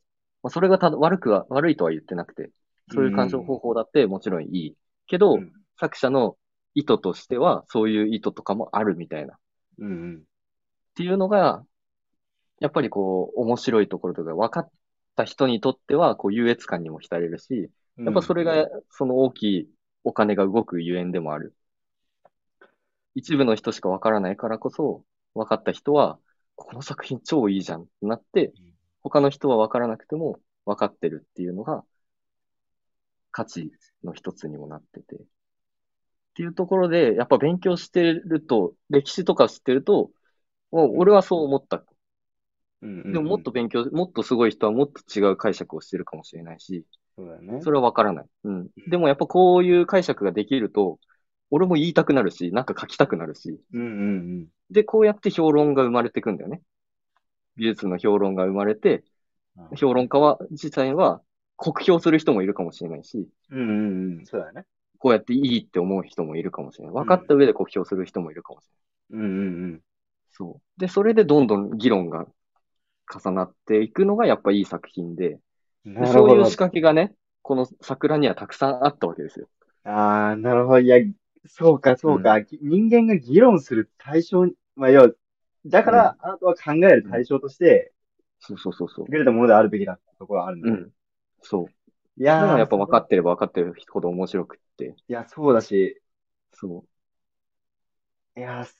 [SPEAKER 2] まあ、それがた悪くは、悪いとは言ってなくて、そういう鑑賞方法だってもちろんいい。けど、
[SPEAKER 1] うん
[SPEAKER 2] 作者の意図としては、そういう意図とかもあるみたいな。っ
[SPEAKER 1] うんうん。
[SPEAKER 2] ていうのが、やっぱりこう、面白いところとか、分かった人にとっては、こう、優越感にも浸れるし、やっぱそれが、その大きいお金が動くゆえんでもある。一部の人しかわからないからこそ、分かった人は、この作品超いいじゃんってなって
[SPEAKER 1] うん、
[SPEAKER 2] 他の人は分からなくても分かってるっていうのが、価値の一つにもなってて。っていうところで、やっぱ勉強してると、歴史とか知ってると、もう俺はそう思った。
[SPEAKER 1] うん、うん
[SPEAKER 2] でももっと、勉強、もっとすごい人はもっと違う解釈をしてるかもしれないし、
[SPEAKER 1] そうだよね。
[SPEAKER 2] それはわからない。うん。でもやっぱこういう解釈ができると、俺も言いたくなるし、なんか書きたくなるし。
[SPEAKER 1] うんうん
[SPEAKER 2] で、こうやって評論が生まれてくんだよね。美術の評論が生まれて、
[SPEAKER 1] うん。
[SPEAKER 2] 評論家は、自体は、酷評する人もいるかもしれないし、
[SPEAKER 1] うんうんうん。そうだよね。
[SPEAKER 2] こうやっていいって思う人もいるかもしれない。分かった上で酷評する人もいるかもしれない。
[SPEAKER 1] うんうんうん。
[SPEAKER 2] そう。で、それでどんどん議論が重なっていくのがやっぱいい作品で、で
[SPEAKER 1] なる
[SPEAKER 2] そ
[SPEAKER 1] ほ
[SPEAKER 2] うい
[SPEAKER 1] ど。
[SPEAKER 2] う仕掛けがね、この桜にはたくさんあったわけですよ。
[SPEAKER 1] ああ、なるほど。いや、そうか、そうか。ぎ人間が議論する対象に、まあ、要は、だから、あなたは考える対象として、
[SPEAKER 2] そうそうそうそう
[SPEAKER 1] 優。れたものであるべきだってところはあるんだ
[SPEAKER 2] う
[SPEAKER 1] ね。
[SPEAKER 2] ん。そう。
[SPEAKER 1] いや
[SPEAKER 2] だか
[SPEAKER 1] ー
[SPEAKER 2] らやっぱ分かってれば分かってるほど面白くって。
[SPEAKER 1] いや、そうだし、
[SPEAKER 2] そ
[SPEAKER 1] いやー、す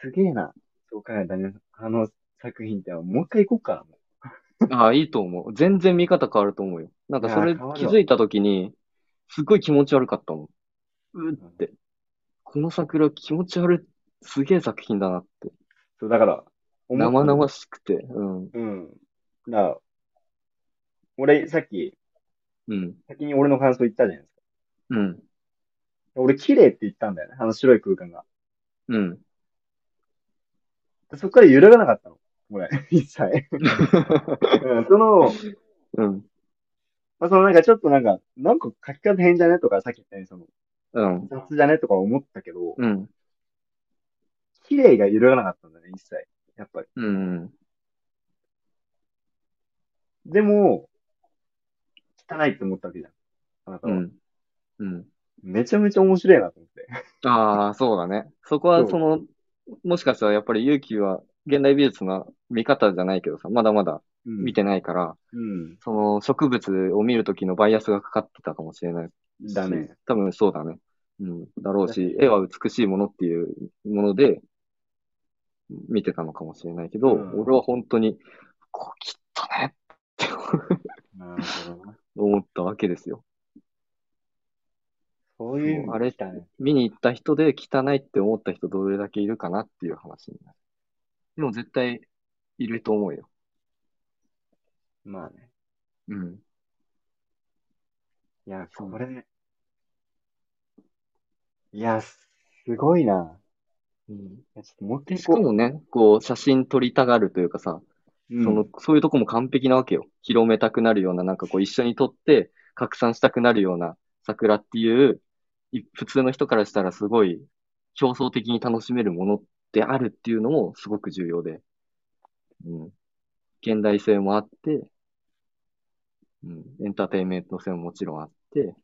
[SPEAKER 1] すげえな。そう考えたね。あの作品って、もう一回行こうかな。
[SPEAKER 2] ああ、いいと思う。全然見方変わると思うよ。なんか
[SPEAKER 1] いや
[SPEAKER 2] それ
[SPEAKER 1] 変わ
[SPEAKER 2] 気
[SPEAKER 1] るわ
[SPEAKER 2] づいた時に、すっごい気持ち悪かったもん。うっ
[SPEAKER 1] うん
[SPEAKER 2] て。この桜気持ち悪い。すげえ作品だなって。
[SPEAKER 1] そう、だから、思った
[SPEAKER 2] 生
[SPEAKER 1] の
[SPEAKER 2] 々しくて。うん。
[SPEAKER 1] うん。だから、俺、さっき、
[SPEAKER 2] うん。
[SPEAKER 1] 先に俺の感想言ったじゃないですか。
[SPEAKER 2] うん。
[SPEAKER 1] 俺、綺麗って言ったんだよね。あの白い空間が。
[SPEAKER 2] うん。
[SPEAKER 1] そっから揺らがなかったの。俺、 一切。うんその、
[SPEAKER 2] うん。
[SPEAKER 1] まあ、そのなんかちょっとなんか、なんか書き方変じゃねとか、さっき言ったように、その、
[SPEAKER 2] うん。
[SPEAKER 1] 雑じゃねとか思ったけど、
[SPEAKER 2] うん。
[SPEAKER 1] 綺麗が揺らがなかったんだね、一切。やっぱり。
[SPEAKER 2] うん。
[SPEAKER 1] でも、汚いって思ったわけじゃん。あなた
[SPEAKER 2] う
[SPEAKER 1] は。
[SPEAKER 2] ん。うん。
[SPEAKER 1] めちゃめちゃ面白いなと思って。
[SPEAKER 2] ああ、そうだね。そこは
[SPEAKER 1] そう
[SPEAKER 2] その、もしかしたらやっぱり勇気は現代美術の見方じゃないけどさ、まだまだ
[SPEAKER 1] うん
[SPEAKER 2] 見てないから、
[SPEAKER 1] うん。
[SPEAKER 2] その植物を見る時のバイアスがかかってたかもしれないし
[SPEAKER 1] だね。。
[SPEAKER 2] 多分そうだね。うん。だろうし、絵は美しいものっていうもので、見てたのかもしれないけど、
[SPEAKER 1] うん
[SPEAKER 2] 俺は本当に、こう、きったねって
[SPEAKER 1] なるほどな。
[SPEAKER 2] 思ったわけですよ。
[SPEAKER 1] そういう意味
[SPEAKER 2] そうあれ
[SPEAKER 1] 来たね。
[SPEAKER 2] 見に行った人で汚いって思った人どれだけいるかなっていう話になる。でも絶対いると思うよ。
[SPEAKER 1] まあね。
[SPEAKER 2] うん。
[SPEAKER 1] いや、これね。いや、すごいな。いやちょっと持ってい
[SPEAKER 2] しか
[SPEAKER 1] こう。
[SPEAKER 2] もね、こう写真撮りたがるというかさ、
[SPEAKER 1] うん
[SPEAKER 2] その、そういうとこも完璧なわけよ。広めたくなるような、なんかこう一緒に撮って拡散したくなるような桜っていう、い普通の人からしたらすごい競争的に楽しめるものであるっていうのもすごく重要で、うん。現代性もあって、うん。エンターテインメント性ももちろんあって、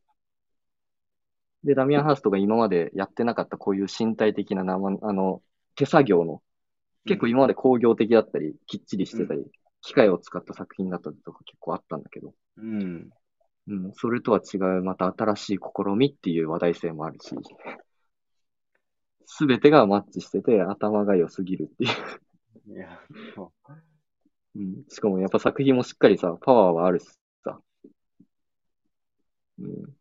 [SPEAKER 2] で、ダミアン・ハーストが今までやってなかったこういう身体的な生、あの、手作業の、結構今まで工業的だったり、きっちりしてたり、機械を使った作品だったりとか結構あったんだけど、
[SPEAKER 1] うん。
[SPEAKER 2] うん、それとは違う、また新しい試みっていう話題性もあるし、すべてがマッチしてて頭が良すぎるっていう。
[SPEAKER 1] いや、そ
[SPEAKER 2] うん、しかもやっぱ作品もしっかりさ、パワーはあるしさ。うん。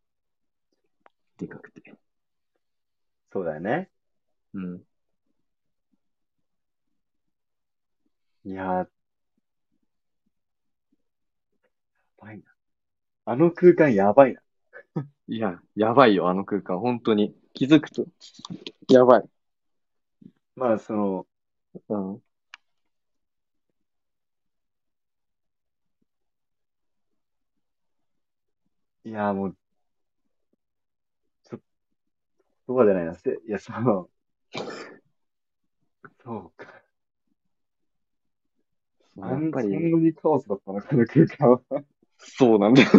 [SPEAKER 2] でかくて。
[SPEAKER 1] うそうだよね。
[SPEAKER 2] うん。
[SPEAKER 1] いや、やばいな。あの空間やばいな。
[SPEAKER 2] いや、やばいよ、あの空間。本当に。気づくと。やばい。
[SPEAKER 1] まあ、その、
[SPEAKER 2] うん。
[SPEAKER 1] いや、もう、ちょっと、言葉じゃないな。せいや、その、そうか。
[SPEAKER 2] そう
[SPEAKER 1] あ
[SPEAKER 2] やっ
[SPEAKER 1] ん
[SPEAKER 2] ぱ
[SPEAKER 1] そん
[SPEAKER 2] り
[SPEAKER 1] な、にカオスだったの、この空間は。
[SPEAKER 2] そうなんだよ。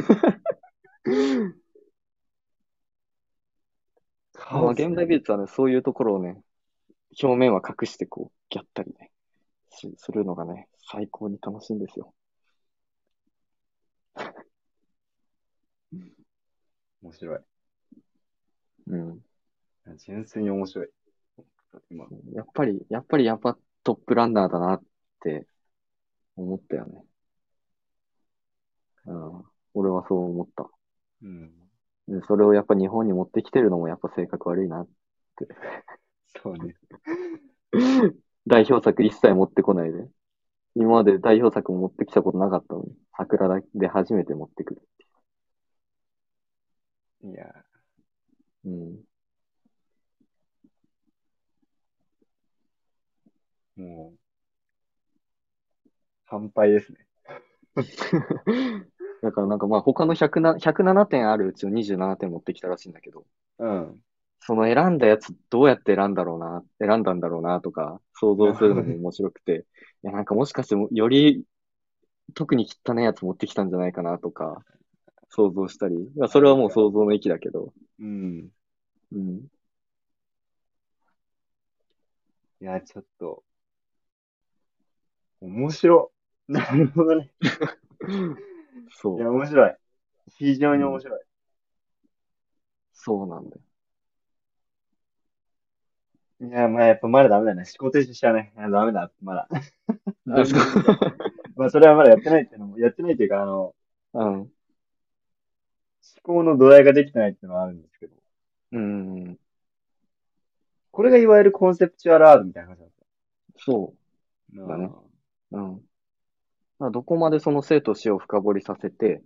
[SPEAKER 1] カ
[SPEAKER 2] まあ、
[SPEAKER 1] オス。
[SPEAKER 2] 現代美術はね、そういうところをね、表面は隠してこう、ギャったりね、しするのがね、最高に楽しいんですよ。
[SPEAKER 1] 面白い。
[SPEAKER 2] うん。
[SPEAKER 1] 純粋に面白い。今、
[SPEAKER 2] やっぱり、やっぱりやっぱトップランナーだなって思ったよね。うん。俺はそう思った。
[SPEAKER 1] うん。
[SPEAKER 2] でそれをやっぱ日本に持ってきてるのもやっぱ性格悪いな。
[SPEAKER 1] そうね。
[SPEAKER 2] 代表作一切持ってこないで。今まで代表作も持ってきたことなかったのに、桜だけで初めて持ってくる。
[SPEAKER 1] いや、
[SPEAKER 2] うん。
[SPEAKER 1] もう、乾杯ですね。
[SPEAKER 2] だからなんかまあ他の100な107点あるうちの27点持ってきたらしいんだけど、
[SPEAKER 1] うん。
[SPEAKER 2] その選んだやつどうやって選んだろうな、選んだんだろうなとか想像するのも面白く て、いやなんかもしかしてもより特に汚いやつ持ってきたんじゃないかなとか想像したり、まあ、それはもう想像の域だけど、
[SPEAKER 1] うん。
[SPEAKER 2] うん、
[SPEAKER 1] いや、ちょっと、面白。 なるほどね。
[SPEAKER 2] そ
[SPEAKER 1] いうや、、面白い。非常に面白い。
[SPEAKER 2] そうなんだよ。
[SPEAKER 1] いや、まあ、やっぱまだダメだね。思考停止しちゃうね。いやダメだ、まだ。
[SPEAKER 2] どうですか
[SPEAKER 1] まあ、それはまだやってないっていうのも、やってないっていうか、あの、思
[SPEAKER 2] うん。
[SPEAKER 1] 考の土台ができてないっていうのはあるんですけど、
[SPEAKER 2] うん。
[SPEAKER 1] これがいわゆるコンセプチュアルアートみたいな話なんです
[SPEAKER 2] そ
[SPEAKER 1] よ。
[SPEAKER 2] だねう。うん。だからどこまでその生と死を深掘りさせて、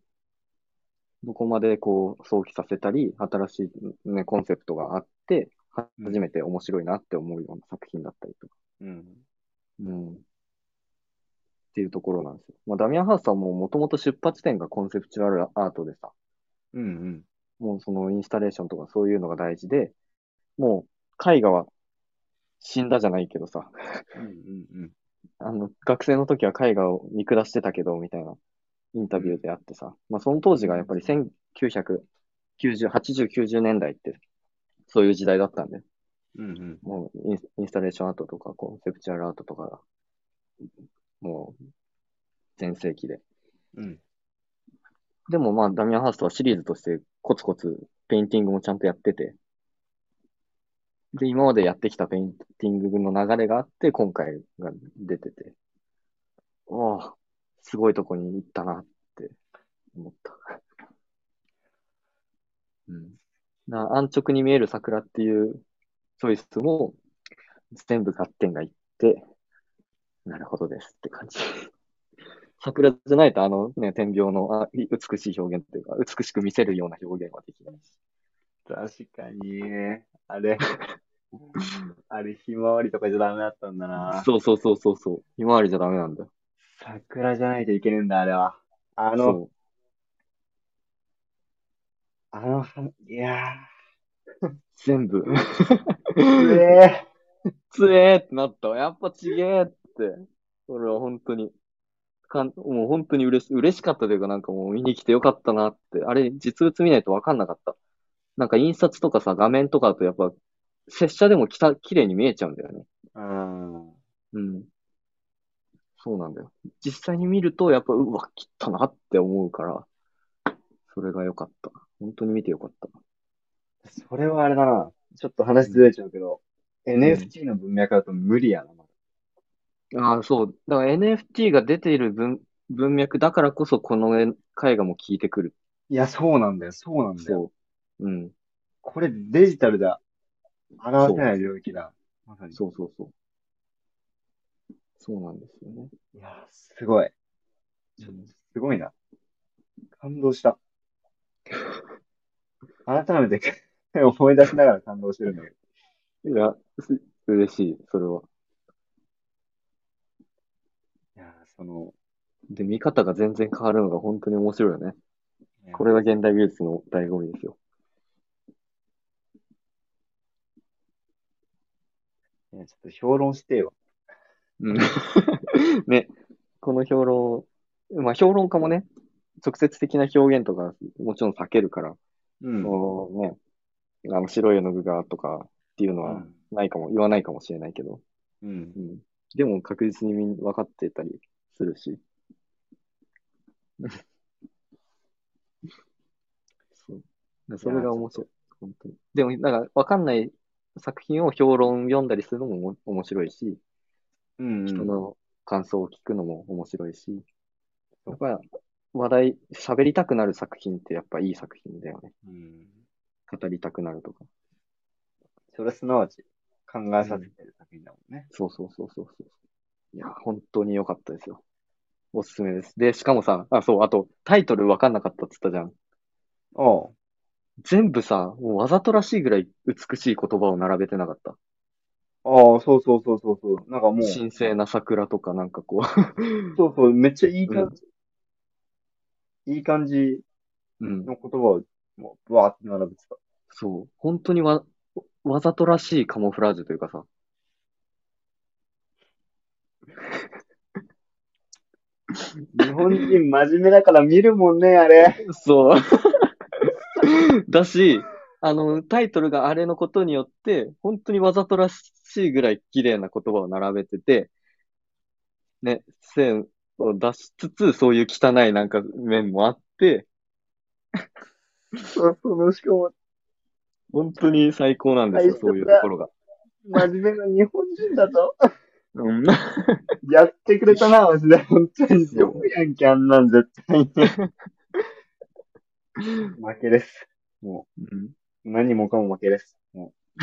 [SPEAKER 2] どこまでこう想起させたり、新しい、ね、コンセプトがあって、初めて面白いなって思うような作品だったりとか。
[SPEAKER 1] うん。
[SPEAKER 2] うん。っていうところなんですよ。まあ、ダミアン・ハースさんももともと出発点がコンセプチュアルアートでさ、
[SPEAKER 1] うんうん。
[SPEAKER 2] もうそのインスタレーションとかそういうのが大事で、もう絵画は死んだじゃないけどさ、
[SPEAKER 1] うんうんうん。
[SPEAKER 2] あの、学生の時は絵画を見下してたけど、みたいなインタビューであってさ、まあその当時がやっぱり1990、80、90年代って、そういう時代だったんで、
[SPEAKER 1] うんうん。
[SPEAKER 2] もうインスインスタレーションアートとか、コンセプチュアルアートとかが、もう、全盛期で。
[SPEAKER 1] うん。
[SPEAKER 2] でもまあ、ダミアン・ハーストはシリーズとしてコツコツペインティングもちゃんとやってて、で、今までやってきたペインティングの流れがあって、今回が出てて、おあ、すごいとこに行ったなって思った。うん。な安直に見える桜っていうチョイスも、全部合点がいって、なるほどですって感じ。桜じゃないと、あのね、天秤のあい美しい表現というか、美しく見せるような表現はできないし。
[SPEAKER 1] 確かに、あ れ、あれ、ひまわりとかじゃダメだったんだな。
[SPEAKER 2] そうそうそうそうそう。ひまわりじゃダメなんだよ。
[SPEAKER 1] 桜じゃないといけねえんだ、あれは。あの、
[SPEAKER 2] そ
[SPEAKER 1] あのは、いや
[SPEAKER 2] う全部。
[SPEAKER 1] ー、うえ
[SPEAKER 2] つえーってなったわ。やっぱちげえって。俺は本当に。かんもう本当に嬉し嬉しかったというか、なんかもう見に来てよかったなって。あれ、実物見ないと分かんなかった。なんか印刷とかさ、画面とかだとやっぱ、拙者でもきた綺麗に見えちゃうんだよね。
[SPEAKER 1] ー。うん。
[SPEAKER 2] うん。そうなんだよ。実際に見ると、やっぱ、うわ、切ったなって思うから、それが良かった。本当に見てよかった。
[SPEAKER 1] それはあれだな。ちょっと話ずれちゃうけど、NFT の文脈だと無理やな。
[SPEAKER 2] ああ、そう。だから NFT が出ている文、文脈だからこそ、この絵絵画も効いてくる。
[SPEAKER 1] いや、そうなんだよ、そうなんだよ。
[SPEAKER 2] そう。うん。
[SPEAKER 1] これデジタルだ。表せない領域だ。まさに。
[SPEAKER 2] そうそうそう。そうなんですよね。
[SPEAKER 1] いやー、すごい。ちょっとすごいな。感動した。改めて 思い出しながら感動してるんだけど。
[SPEAKER 2] いや、す嬉しい、それは。
[SPEAKER 1] いやー、その、
[SPEAKER 2] で、見方が全然変わるのが本当に面白いよね。
[SPEAKER 1] いや
[SPEAKER 2] これが現代美術の醍醐味ですよ。
[SPEAKER 1] いやちょっと評論してよ。
[SPEAKER 2] うん。 ね、この評論、まあ評論家もね、直接的な表現とかもちろん避けるから、
[SPEAKER 1] うん
[SPEAKER 2] そのね、あの白い絵の具がとかっていうのはないかも、言わないかもしれないけど、
[SPEAKER 1] うん
[SPEAKER 2] う。ん。でも確実にみん分かってたりするし。 そう。それが面白い。本当に。でも、なんか分かんない作品を評論読んだりするのもも面白いし、
[SPEAKER 1] うん。
[SPEAKER 2] 人の感想を聞くのも面白いし、
[SPEAKER 1] そう
[SPEAKER 2] やっぱ話題、喋りたくなる作品ってやっぱいい作品だよね。
[SPEAKER 1] うん。
[SPEAKER 2] 語りたくなるとか。
[SPEAKER 1] それはすなわち考えさせてる作品だもんね。
[SPEAKER 2] そうそうそうそうそう。いや、本当に良かったですよ。おすすめです。で、しかもさ、あ、そう、あと、タイトル分かんなかったっつったじゃん。
[SPEAKER 1] おう
[SPEAKER 2] 全部さ、もうわざとらしいぐらい美しい言葉を並べてなかった。
[SPEAKER 1] ああ、そうそうそうそうそう。なんかもう、そ
[SPEAKER 2] 神聖な桜とかなんか
[SPEAKER 1] う
[SPEAKER 2] こ
[SPEAKER 1] そう、めっちゃいい感じ、いい感じ
[SPEAKER 2] う。 うん。
[SPEAKER 1] の言葉を、もう、ぶわーって並べてた。
[SPEAKER 2] そう。本当にわ、わざとらしいカモフラージュというかさ。
[SPEAKER 1] 日本人真面目だから見るもんね、あれ。
[SPEAKER 2] そう。 だし、あの、タイトルがあれのことによって、本当にわざとらしいぐらい綺麗な言葉を並べてて、ね、線を出しつつ、そういう汚いなんか面もあって、
[SPEAKER 1] そうその、しかも、
[SPEAKER 2] 本当に最高なんですよ、そういうところが。
[SPEAKER 1] 真面目な日本人だと。
[SPEAKER 2] うん。
[SPEAKER 1] やってくれたな、マジで。本当に。よくやんけ、あんなん絶対 に。負けです。も
[SPEAKER 2] うん
[SPEAKER 1] う、何もかも負けです。もう。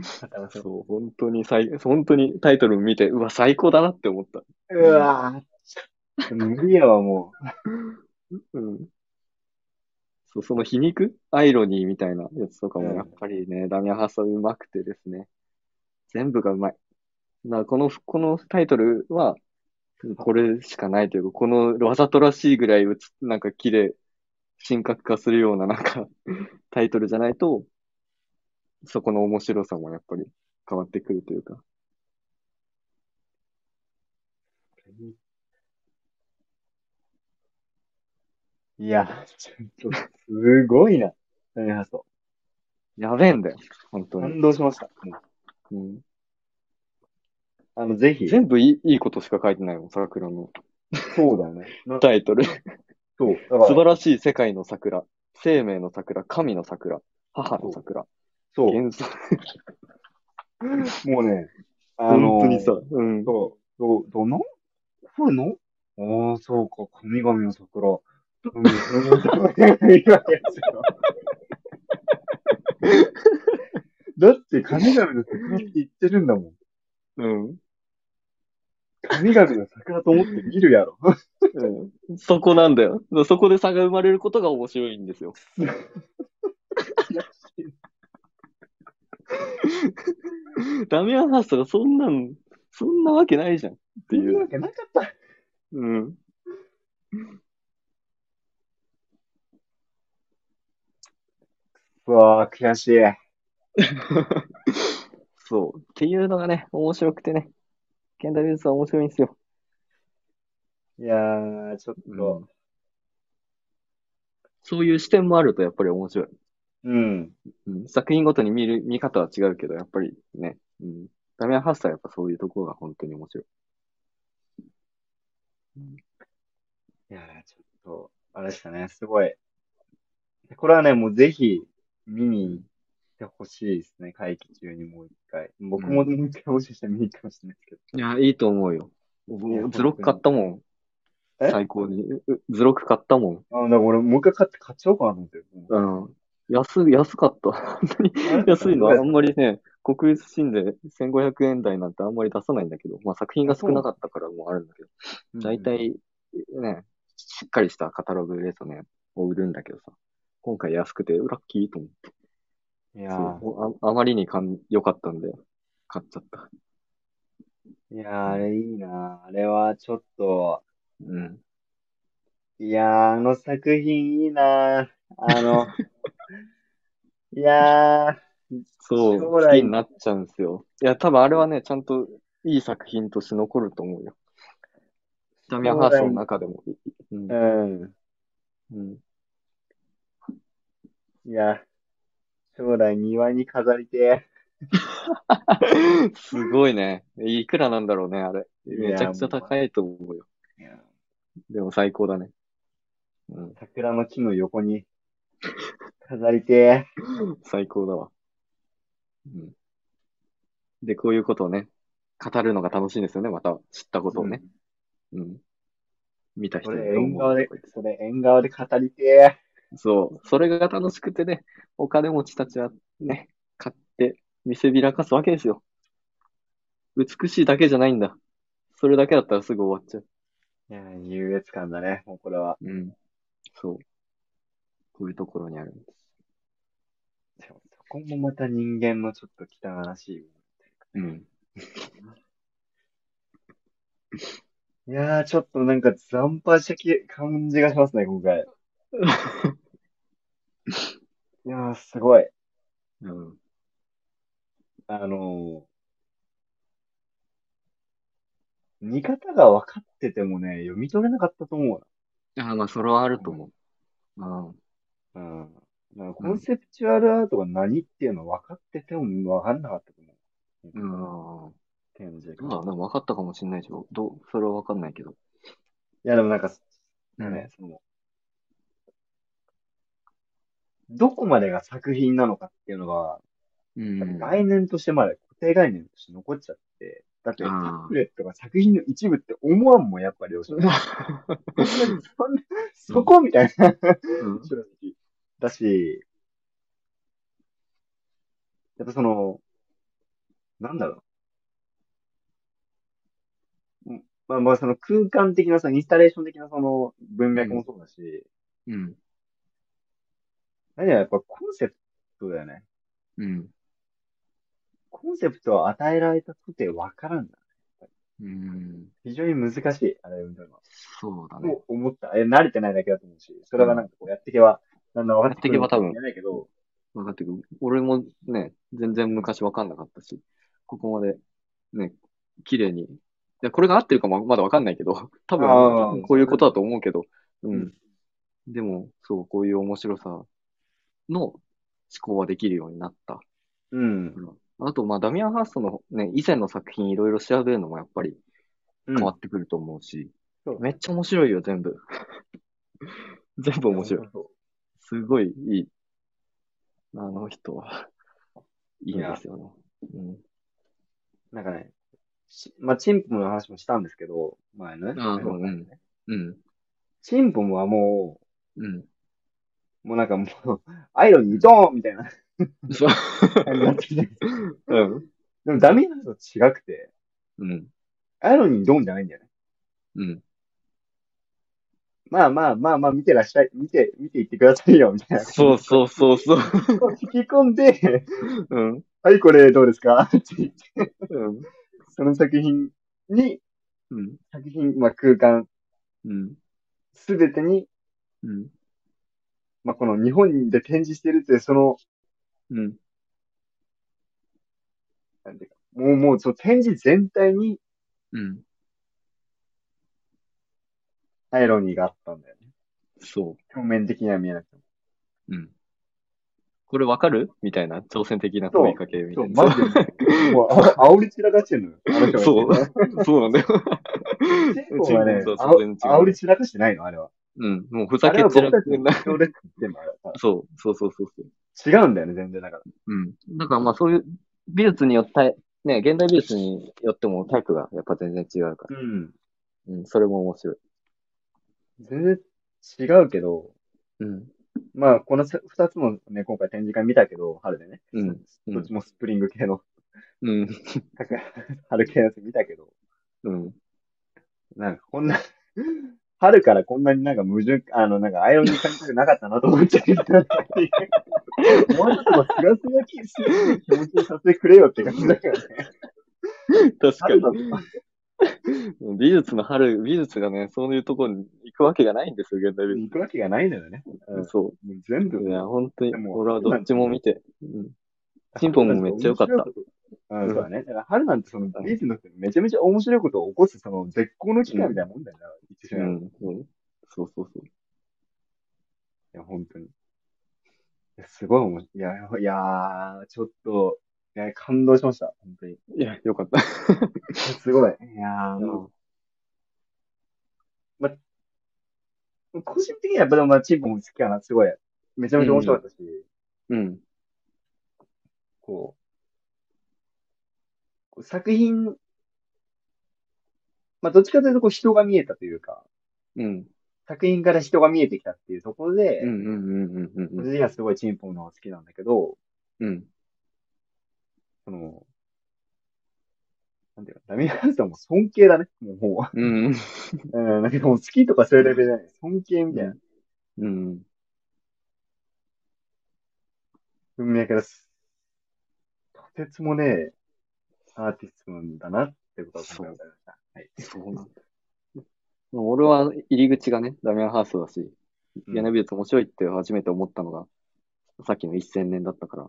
[SPEAKER 1] 勝てません
[SPEAKER 2] そう、本当に最、本当にタイトル見て、うわ、最高だなって思った。
[SPEAKER 1] うわぁ。無理やわ、も
[SPEAKER 2] うん。そう、その皮肉アイロニーみたいなやつとかも、やっぱりね、ダミアン・ハッサウうまくてですね。全部がうまい。な、この、このタイトルは、これしかないというか、このわざとらしいぐらいうつ、なんか木で、神格化するような、なんか、 タイトルじゃないと、そこの面白さもやっぱり変わってくるというか。
[SPEAKER 1] う。いや、ちょっと、すごいな。ダミアンハソ
[SPEAKER 2] やべえんだよ、本当に。
[SPEAKER 1] 感動しました。も
[SPEAKER 2] うん、
[SPEAKER 1] うあの、ぜひ。
[SPEAKER 2] 全部いいいいことしか書いてないもん、桜の
[SPEAKER 1] そうだよね。な
[SPEAKER 2] タイトル。
[SPEAKER 1] そう。だか
[SPEAKER 2] 素晴
[SPEAKER 1] ら、
[SPEAKER 2] らしい世界の桜、生命の桜、神の桜、母の桜、
[SPEAKER 1] そう。
[SPEAKER 2] 幻想、
[SPEAKER 1] もうね、あのー
[SPEAKER 2] 本当にさ、うん。
[SPEAKER 1] そう、ど、どのそうなのああ、そうか、神々の桜。うん、 神々の桜がいるわけですよだって神々の桜って言ってるんだもん。
[SPEAKER 2] うん。
[SPEAKER 1] 神々の桜と思って見るやろ。
[SPEAKER 2] うん、そこなんだよ。そこで差が生まれることが面白いんですよ。ダミアン・ハーストがそんなん、そんなわけないじゃんっ
[SPEAKER 1] そ
[SPEAKER 2] て
[SPEAKER 1] ん
[SPEAKER 2] い
[SPEAKER 1] な
[SPEAKER 2] う。
[SPEAKER 1] わけなかった。
[SPEAKER 2] うん。
[SPEAKER 1] うわあ、悔しい。
[SPEAKER 2] そう。っていうのがね、面白くてね。ケンダルースは面白いんですよ。
[SPEAKER 1] いやー、ちょっと、
[SPEAKER 2] そういう視点もあるとやっぱり面白い。
[SPEAKER 1] うん。
[SPEAKER 2] うん、作品ごとに見る、見方は違うけど、やっぱりね、うん、ダミアン・ハーストはやっぱそういうところが本当に面白い。
[SPEAKER 1] いやー、ちょっと、あれでしたね、すごい。これはね、もうぜひ見に行ってほしいですね、会期中にもう一回。僕ももう一回もしかしたら見に行くかもしれないですけど。
[SPEAKER 2] いや、いいと思うよ。
[SPEAKER 1] いや
[SPEAKER 2] ズロック買ったもん。
[SPEAKER 1] え
[SPEAKER 2] 最高に。うズロック買ったもん。
[SPEAKER 1] あ、だから俺もう一回買って買っちゃおうかなと思ってる。
[SPEAKER 2] うん。安、安かった。 本当に
[SPEAKER 1] あれ
[SPEAKER 2] 安いのはあんま
[SPEAKER 1] り。
[SPEAKER 2] りね、国立新で1500円台なんてあんまり出さないんだけど、まあ作品が少なかったからもあるんだけど、大体ね、しっかりしたカタログレートね、を売るんだけどさ、今回安くて、うラッキーと思って、
[SPEAKER 1] いやー
[SPEAKER 2] そうああまりに感良かったんで、買っちゃった。
[SPEAKER 1] いやーあれいいなーあれはちょっと、
[SPEAKER 2] うん。
[SPEAKER 1] いやーあの作品いいなーあ の、いやー
[SPEAKER 2] そう、
[SPEAKER 1] 将
[SPEAKER 2] 好
[SPEAKER 1] 来
[SPEAKER 2] きになっちゃうんですよ。いや、多分あれはね、ちゃんといい作品として残ると思うよ。ダミアン・ハーストの中でも。うん
[SPEAKER 1] うん。
[SPEAKER 2] うん、
[SPEAKER 1] いや、将来庭に飾りて
[SPEAKER 2] すごいね。いくらなんだろうね、あれ。
[SPEAKER 1] いや
[SPEAKER 2] めちゃくちゃ高いと思うよ。
[SPEAKER 1] ー。いやー
[SPEAKER 2] でも最高だね。うん、
[SPEAKER 1] 桜の木の横に飾りて
[SPEAKER 2] 最高だわ、うん。で、こういうことをね、語るのが楽しいんですよね、また知ったことをね。うん。見た
[SPEAKER 1] こ
[SPEAKER 2] 人に
[SPEAKER 1] れ
[SPEAKER 2] どう
[SPEAKER 1] 縁
[SPEAKER 2] 思う
[SPEAKER 1] 側で
[SPEAKER 2] とか言って、
[SPEAKER 1] それ縁側で語りて
[SPEAKER 2] そう、それが楽しくてね、お金持ちたちはね、買って見せびらかすわけですよ。美しいだけじゃないんだ。それだけだったらすぐ終わっちゃう。
[SPEAKER 1] いや、優越感だね、もうこれは。
[SPEAKER 2] うん。そう。こういうところにあるんです。
[SPEAKER 1] でもそこもまた人間のちょっと汚らしい部
[SPEAKER 2] うん。
[SPEAKER 1] 分。いやー、ちょっとなんか惨敗した気感じがしますね、今 回。いやー、すごい。
[SPEAKER 2] うん。
[SPEAKER 1] あのー、見方が分かっててもね、読み取れなかったと思う。
[SPEAKER 2] ああ、まあ、それはあると思う。うん。
[SPEAKER 1] うんなんかコンセプチュアルアートが何っていうの分かってても分かんなかったと思う。
[SPEAKER 2] うん。
[SPEAKER 1] 展示
[SPEAKER 2] どうだろうね分かったかもしれないけど、どう、それは分かんないけど。
[SPEAKER 1] いや、でもなんか、
[SPEAKER 2] う
[SPEAKER 1] ね、その、どこまでが作品なのかっていうのが、
[SPEAKER 2] うん。
[SPEAKER 1] 概念としてまで固定概念として残っちゃって、だって、
[SPEAKER 2] あ
[SPEAKER 1] タ
[SPEAKER 2] ー
[SPEAKER 1] ブレットが作品の一部って思わんもん、やっぱりどうしてもそんなそこみたいな、
[SPEAKER 2] うん
[SPEAKER 1] 正直。だし、やっぱその、なんだろう。うんまあまあ、その空間的な、そのインスタレーション的なその文脈もそうだし、
[SPEAKER 2] うん。
[SPEAKER 1] 何よりやっぱコンセプトだよね。
[SPEAKER 2] うん。
[SPEAKER 1] コンセプトを与えられたとて分からんな。
[SPEAKER 2] うん。
[SPEAKER 1] 非常に難しい、あれを見るのは。
[SPEAKER 2] そうだね。
[SPEAKER 1] と思った。え、慣れてないだけだと思うし、それがなんかこうやってけば、だんだん分かってくる
[SPEAKER 2] やってけば多分
[SPEAKER 1] じゃないけど、
[SPEAKER 2] 分かってくる。俺もね、全然昔わかんなかったし、ここまで、ね、綺麗に。いや、これが合ってるかもまだわかんないけど、 多分、
[SPEAKER 1] あー
[SPEAKER 2] 多分こういうことだと思うけど、う。
[SPEAKER 1] うん
[SPEAKER 2] でも、そう、こういう面白さの思考はできるようになった。
[SPEAKER 1] うん。
[SPEAKER 2] あと、まあ、ダミアン・ハーストのね、以前の作品いろいろ調べるのもやっぱり
[SPEAKER 1] 変
[SPEAKER 2] 変わってくると思うし、
[SPEAKER 1] そう
[SPEAKER 2] めっちゃ面白いよ、全部。 全部面白い。。すごいいい。あの人は、いいんですよね。
[SPEAKER 1] なんかね、しまあ、チンポムの話もしたんですけど、前の
[SPEAKER 2] う
[SPEAKER 1] ね。
[SPEAKER 2] ん。ああ、そう、うん。うん。
[SPEAKER 1] チンポムはも
[SPEAKER 2] うん。
[SPEAKER 1] う、もうなんかもう、 アイロンにドーンみたいな
[SPEAKER 2] そう。
[SPEAKER 1] 感じになってきて。
[SPEAKER 2] うん。
[SPEAKER 1] でもダメな人と違くて、
[SPEAKER 2] うん。
[SPEAKER 1] アイロンにドーンじゃないんだよね。
[SPEAKER 2] うん。
[SPEAKER 1] まあまあまあまあ、見てらっしゃい、見て、見ていってくださいよ、みたいな。
[SPEAKER 2] そうそうそうそう。
[SPEAKER 1] 引き込んで、
[SPEAKER 2] うん。
[SPEAKER 1] はい、これどうですかって言って
[SPEAKER 2] うん。
[SPEAKER 1] その作品に、
[SPEAKER 2] うん。
[SPEAKER 1] 作品、まあ、空間、
[SPEAKER 2] うん。
[SPEAKER 1] すべてに、
[SPEAKER 2] うん。
[SPEAKER 1] まあ、この日本で展示してるっていう、その、
[SPEAKER 2] うん。
[SPEAKER 1] なんていうか、もう、もう、その展示全体に
[SPEAKER 2] うん。
[SPEAKER 1] アイロニーがあったんだよね。
[SPEAKER 2] そう。
[SPEAKER 1] 表面的には見えなくても。
[SPEAKER 2] うん。これわかるみたいな、挑戦的な声かけみた
[SPEAKER 1] そう、
[SPEAKER 2] いな。
[SPEAKER 1] マジで。もう、あ煽り散らかしてるのよ。あの人が
[SPEAKER 2] そ
[SPEAKER 1] 言っ
[SPEAKER 2] う、そうなんだよ。
[SPEAKER 1] てる。チンコはね
[SPEAKER 2] チンコ、と
[SPEAKER 1] あ
[SPEAKER 2] は全然違う
[SPEAKER 1] 煽り散らかしてないのあれは。
[SPEAKER 2] うん、もうふ
[SPEAKER 1] あ
[SPEAKER 2] ざ
[SPEAKER 1] れ
[SPEAKER 2] け
[SPEAKER 1] は
[SPEAKER 2] 散
[SPEAKER 1] 僕
[SPEAKER 2] ら
[SPEAKER 1] たち
[SPEAKER 2] けん
[SPEAKER 1] の
[SPEAKER 2] な。
[SPEAKER 1] 強烈ってもあれは
[SPEAKER 2] そう、そうそうそうそう。
[SPEAKER 1] 違うんだよね、全然。だから。
[SPEAKER 2] うん。だからまあそういう美術によって、ね、現代美術によってもタイプがやっぱ全然違うから。
[SPEAKER 1] うん。
[SPEAKER 2] うん、それも面白い。
[SPEAKER 1] 全然違うけど、
[SPEAKER 2] うん。
[SPEAKER 1] まあ、このせ二つもね、今回展示会見たけど、春でね。
[SPEAKER 2] うん。うん
[SPEAKER 1] どっちもスプリング系の、
[SPEAKER 2] うん。
[SPEAKER 1] 春系のやつ見たけど、
[SPEAKER 2] うん。
[SPEAKER 1] なんかこんな、 春からこんなになんか矛盾、あの、なんかアイロンに感じたくなかったなと思っちゃ う。もうちょっとプラスな気気持ちにさせてくれよって感じだからね。
[SPEAKER 2] 確か
[SPEAKER 1] 春
[SPEAKER 2] に
[SPEAKER 1] だ。
[SPEAKER 2] 美術の春、美術がね、そういうところに行くわけがないんですよ、現代美術。
[SPEAKER 1] 行くわけがないのよね。うん
[SPEAKER 2] そ
[SPEAKER 1] もう全部
[SPEAKER 2] う。い。や、本当に
[SPEAKER 1] で、も
[SPEAKER 2] 俺はどっちも見て。うん。チンポもめっちゃ良かった
[SPEAKER 1] 面白いこと。うん、そうだね。だから春なんてそのビーズの人にめちゃめちゃ面白いことを起こすその絶好の機会みたいなもんだよな、言ってし
[SPEAKER 2] う
[SPEAKER 1] まえば
[SPEAKER 2] ん
[SPEAKER 1] い。
[SPEAKER 2] うんそうそうそう。
[SPEAKER 1] や、本当に。いやすごい面白い。いや、いやーちょっと、いや、感動しました。本当に。
[SPEAKER 2] いや、よかった。
[SPEAKER 1] すごい。いやーもう個人的にはやっぱでもまあ、チンポも好きかな、すごい。めちゃめちゃ面白かったし、
[SPEAKER 2] うん。
[SPEAKER 1] こう、こう作品、まあ、どっちかというと、こう、人が見えたというか、
[SPEAKER 2] うん。
[SPEAKER 1] 作品から人が見えてきたっていうところで、
[SPEAKER 2] うんうんうんうんうん
[SPEAKER 1] 個人
[SPEAKER 2] うん
[SPEAKER 1] 的にはすごいチンポの方が好きなんだけど、
[SPEAKER 2] うん。
[SPEAKER 1] その、なんていうか、ダミアンさんも尊敬だね。もう、もう
[SPEAKER 2] うん。
[SPEAKER 1] うん、だけどもう好きとかそういうレベルじゃない。尊敬みたいな
[SPEAKER 2] うん。
[SPEAKER 1] 文脈です。とてつもねえアーティストなんだなってことが今回分かりました。はい。
[SPEAKER 2] そうなんだ。俺は入り口がね、ダミアン・ハーストだし、
[SPEAKER 1] うん
[SPEAKER 2] 柳美術面白いって初めて思ったのが、さっきの1000年だったから、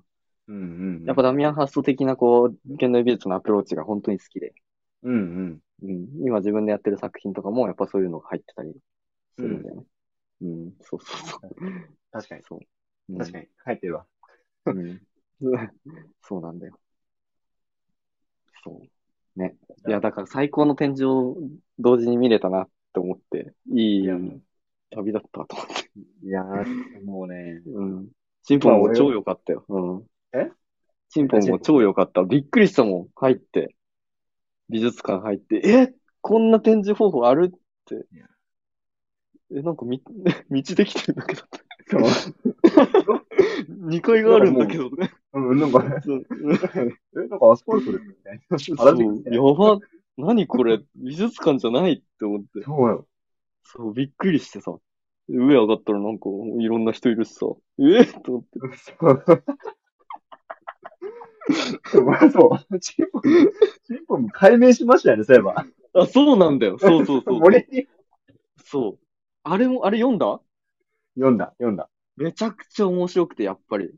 [SPEAKER 1] うんうん。
[SPEAKER 2] やっぱ、ダミアン・ハースト的なこう、現代美術のアプローチが本当に好きで、
[SPEAKER 1] うんうん。
[SPEAKER 2] うん、今自分でやってる作品とかもやっぱそういうのが入ってたりするんだよね。うん、そうそうそう。
[SPEAKER 1] 確かに。
[SPEAKER 2] そううん
[SPEAKER 1] 確かに。入ってるわ。
[SPEAKER 2] うん、 そうなんだよ。そう。ね。いや、だから最高の天井を同時に見れたなって思って、いい
[SPEAKER 1] いや、も
[SPEAKER 2] 旅だったと思って。
[SPEAKER 1] ういやーもうね、
[SPEAKER 2] うん。チンポンも超良かったよ。うん。
[SPEAKER 1] え
[SPEAKER 2] チンポンも超良かった。びっくりしたもん。入って。美術館入って、えこんな展示方法あるって
[SPEAKER 1] いや。
[SPEAKER 2] え、なんかみ、 道できてるんだけどって。
[SPEAKER 1] そう。
[SPEAKER 2] 2階があるんだけどね。
[SPEAKER 1] うん、なんか、
[SPEAKER 2] そう
[SPEAKER 1] え、なんかアスファルトですみたいな。
[SPEAKER 2] そう
[SPEAKER 1] 原宿みたいな
[SPEAKER 2] やば、何これ、美術館じゃないって思って。
[SPEAKER 1] そうよ。
[SPEAKER 2] そう、びっくりしてさ。上上がったらなんか、いろんな人いるしさ。えっと思って。
[SPEAKER 1] そう。そう。チンポ、チンポも解明しましたよね、そういえば。
[SPEAKER 2] あ、そうなんだよ。そうそうそう。
[SPEAKER 1] 俺に
[SPEAKER 2] そう。あれも、あれ読んだ
[SPEAKER 1] 読んだ、読んだ。
[SPEAKER 2] めちゃくちゃ面白くて、やっぱり。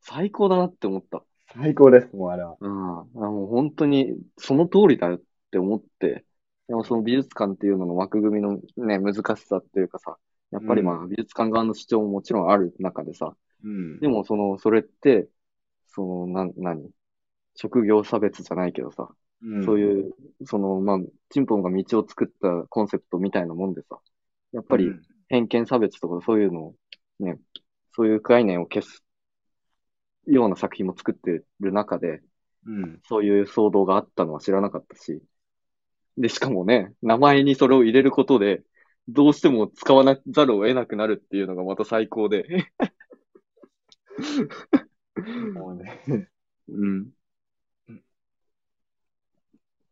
[SPEAKER 2] 最高だなって思った。
[SPEAKER 1] 最高です、もうあれは。
[SPEAKER 2] うん。あもう本当に、その通りだよって思って。でもその美術館っていうのの枠組みのね、難しさっていうかさ、やっぱりまあ美術館側の主張ももちろんある中でさ、
[SPEAKER 1] うん
[SPEAKER 2] でもその、それって、その、な、何職業差別じゃないけどさ、そう
[SPEAKER 1] う
[SPEAKER 2] いう、その、まあ、チンポンが道を作ったコンセプトみたいなもんでさ、やっぱり
[SPEAKER 1] ん
[SPEAKER 2] 偏見差別とかそういうのを、ね、そういう概念を消すような作品も作ってる中で、
[SPEAKER 1] うん。
[SPEAKER 2] そういう騒動があったのは知らなかったし、で、しかもね、名前にそれを入れることで、どうしても使わなざるを得なくなるっていうのがまた最高で。
[SPEAKER 1] もうね、
[SPEAKER 2] うん。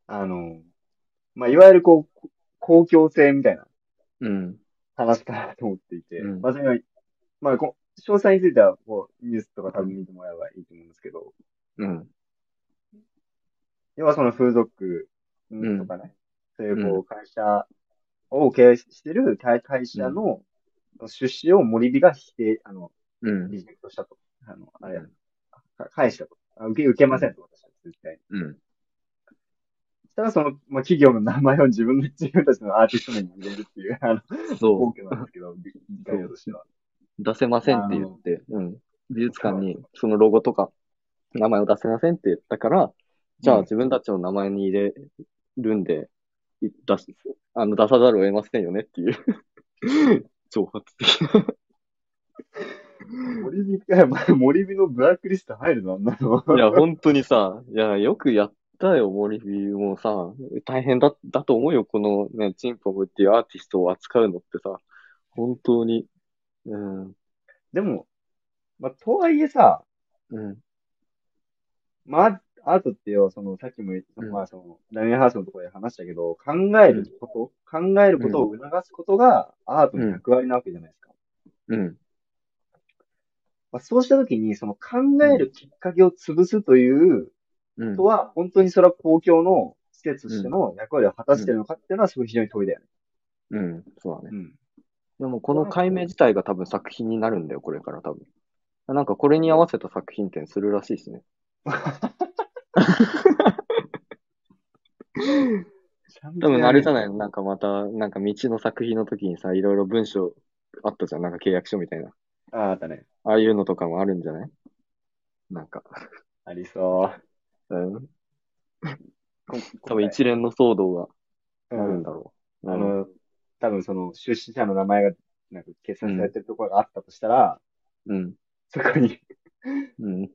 [SPEAKER 1] あの、まあ、いわゆるこう、公共性みたいな
[SPEAKER 2] うん。
[SPEAKER 1] 話かなと思っていて、
[SPEAKER 2] うん
[SPEAKER 1] まあ、それはまあ、こ詳細については、こう、ニュースとか多分見てもらえばいいと思うんですけど、
[SPEAKER 2] うん。
[SPEAKER 1] 要はその風俗
[SPEAKER 2] うん
[SPEAKER 1] とかね、そういううこう、会社を経営してる会会社の出資を森美が否定、あの、
[SPEAKER 2] うん。
[SPEAKER 1] リジェクトしたと。あの、あれや、か返したと。あ受け、受けませんと、私は絶対に。
[SPEAKER 2] うん。
[SPEAKER 1] したらその、まあ、企業の名前を自分で、自分たちのアーティスト名に入れるっていう、あの、
[SPEAKER 2] そ
[SPEAKER 1] 皇居なんですけど、理理解としては。
[SPEAKER 2] う。出せませんって言って、うん。美術館にそのロゴとか名前を出せませんって言ったから、じゃあ自分たちの名前に入れるんで、い出す、あの、出さざるを得ませんよねっていう。挑発的な。
[SPEAKER 1] 森美が、まあ森美のブラックリスト入るのあんなの。
[SPEAKER 2] いや、本当にさ、いや、よくやったよ、森美もさ、大変だ、だと思うよ、このね、チンポムっていうアーティストを扱うのってさ、本当に、うん、う
[SPEAKER 1] でも、まあ、とはいえさ、
[SPEAKER 2] ん、
[SPEAKER 1] まあ、アートってよ、その、さっきも言った、
[SPEAKER 2] うん
[SPEAKER 1] まあ、その、ダミアンハースのところで話したけど、考えること、考えることを促すことが、アートの役割なわけじゃないですか。
[SPEAKER 2] うん、
[SPEAKER 1] まあ、そうしたときに、その、考えるきっかけを潰すという
[SPEAKER 2] うん
[SPEAKER 1] ことは、本当にそれは公共の施設としての役割を果たしてるのかっていうのは、すごい非常に遠いだよね。
[SPEAKER 2] うん、そうだ
[SPEAKER 1] う
[SPEAKER 2] ね。
[SPEAKER 1] ん。
[SPEAKER 2] でも、この解明自体が多分作品になるんだよ、これから多分。なんか、これに合わせた作品展するらしいしね。多分、あれじゃないのなんかまた、なんか道の作品の時にさ、いろいろ文章あったじゃん、なんか契約書みたいな。
[SPEAKER 1] ああ、あったね。
[SPEAKER 2] ああいうのとかもあるんじゃないなんか、
[SPEAKER 1] ありそう。
[SPEAKER 2] うん。
[SPEAKER 1] こ
[SPEAKER 2] 多分一連の騒動が
[SPEAKER 1] う
[SPEAKER 2] あるん
[SPEAKER 1] ん。
[SPEAKER 2] だろう。
[SPEAKER 1] あ
[SPEAKER 2] うん
[SPEAKER 1] の、多分その、出資者の名前が、なんか、決算されてるところがあったとしたら、
[SPEAKER 2] うん。
[SPEAKER 1] そこに、
[SPEAKER 2] うん。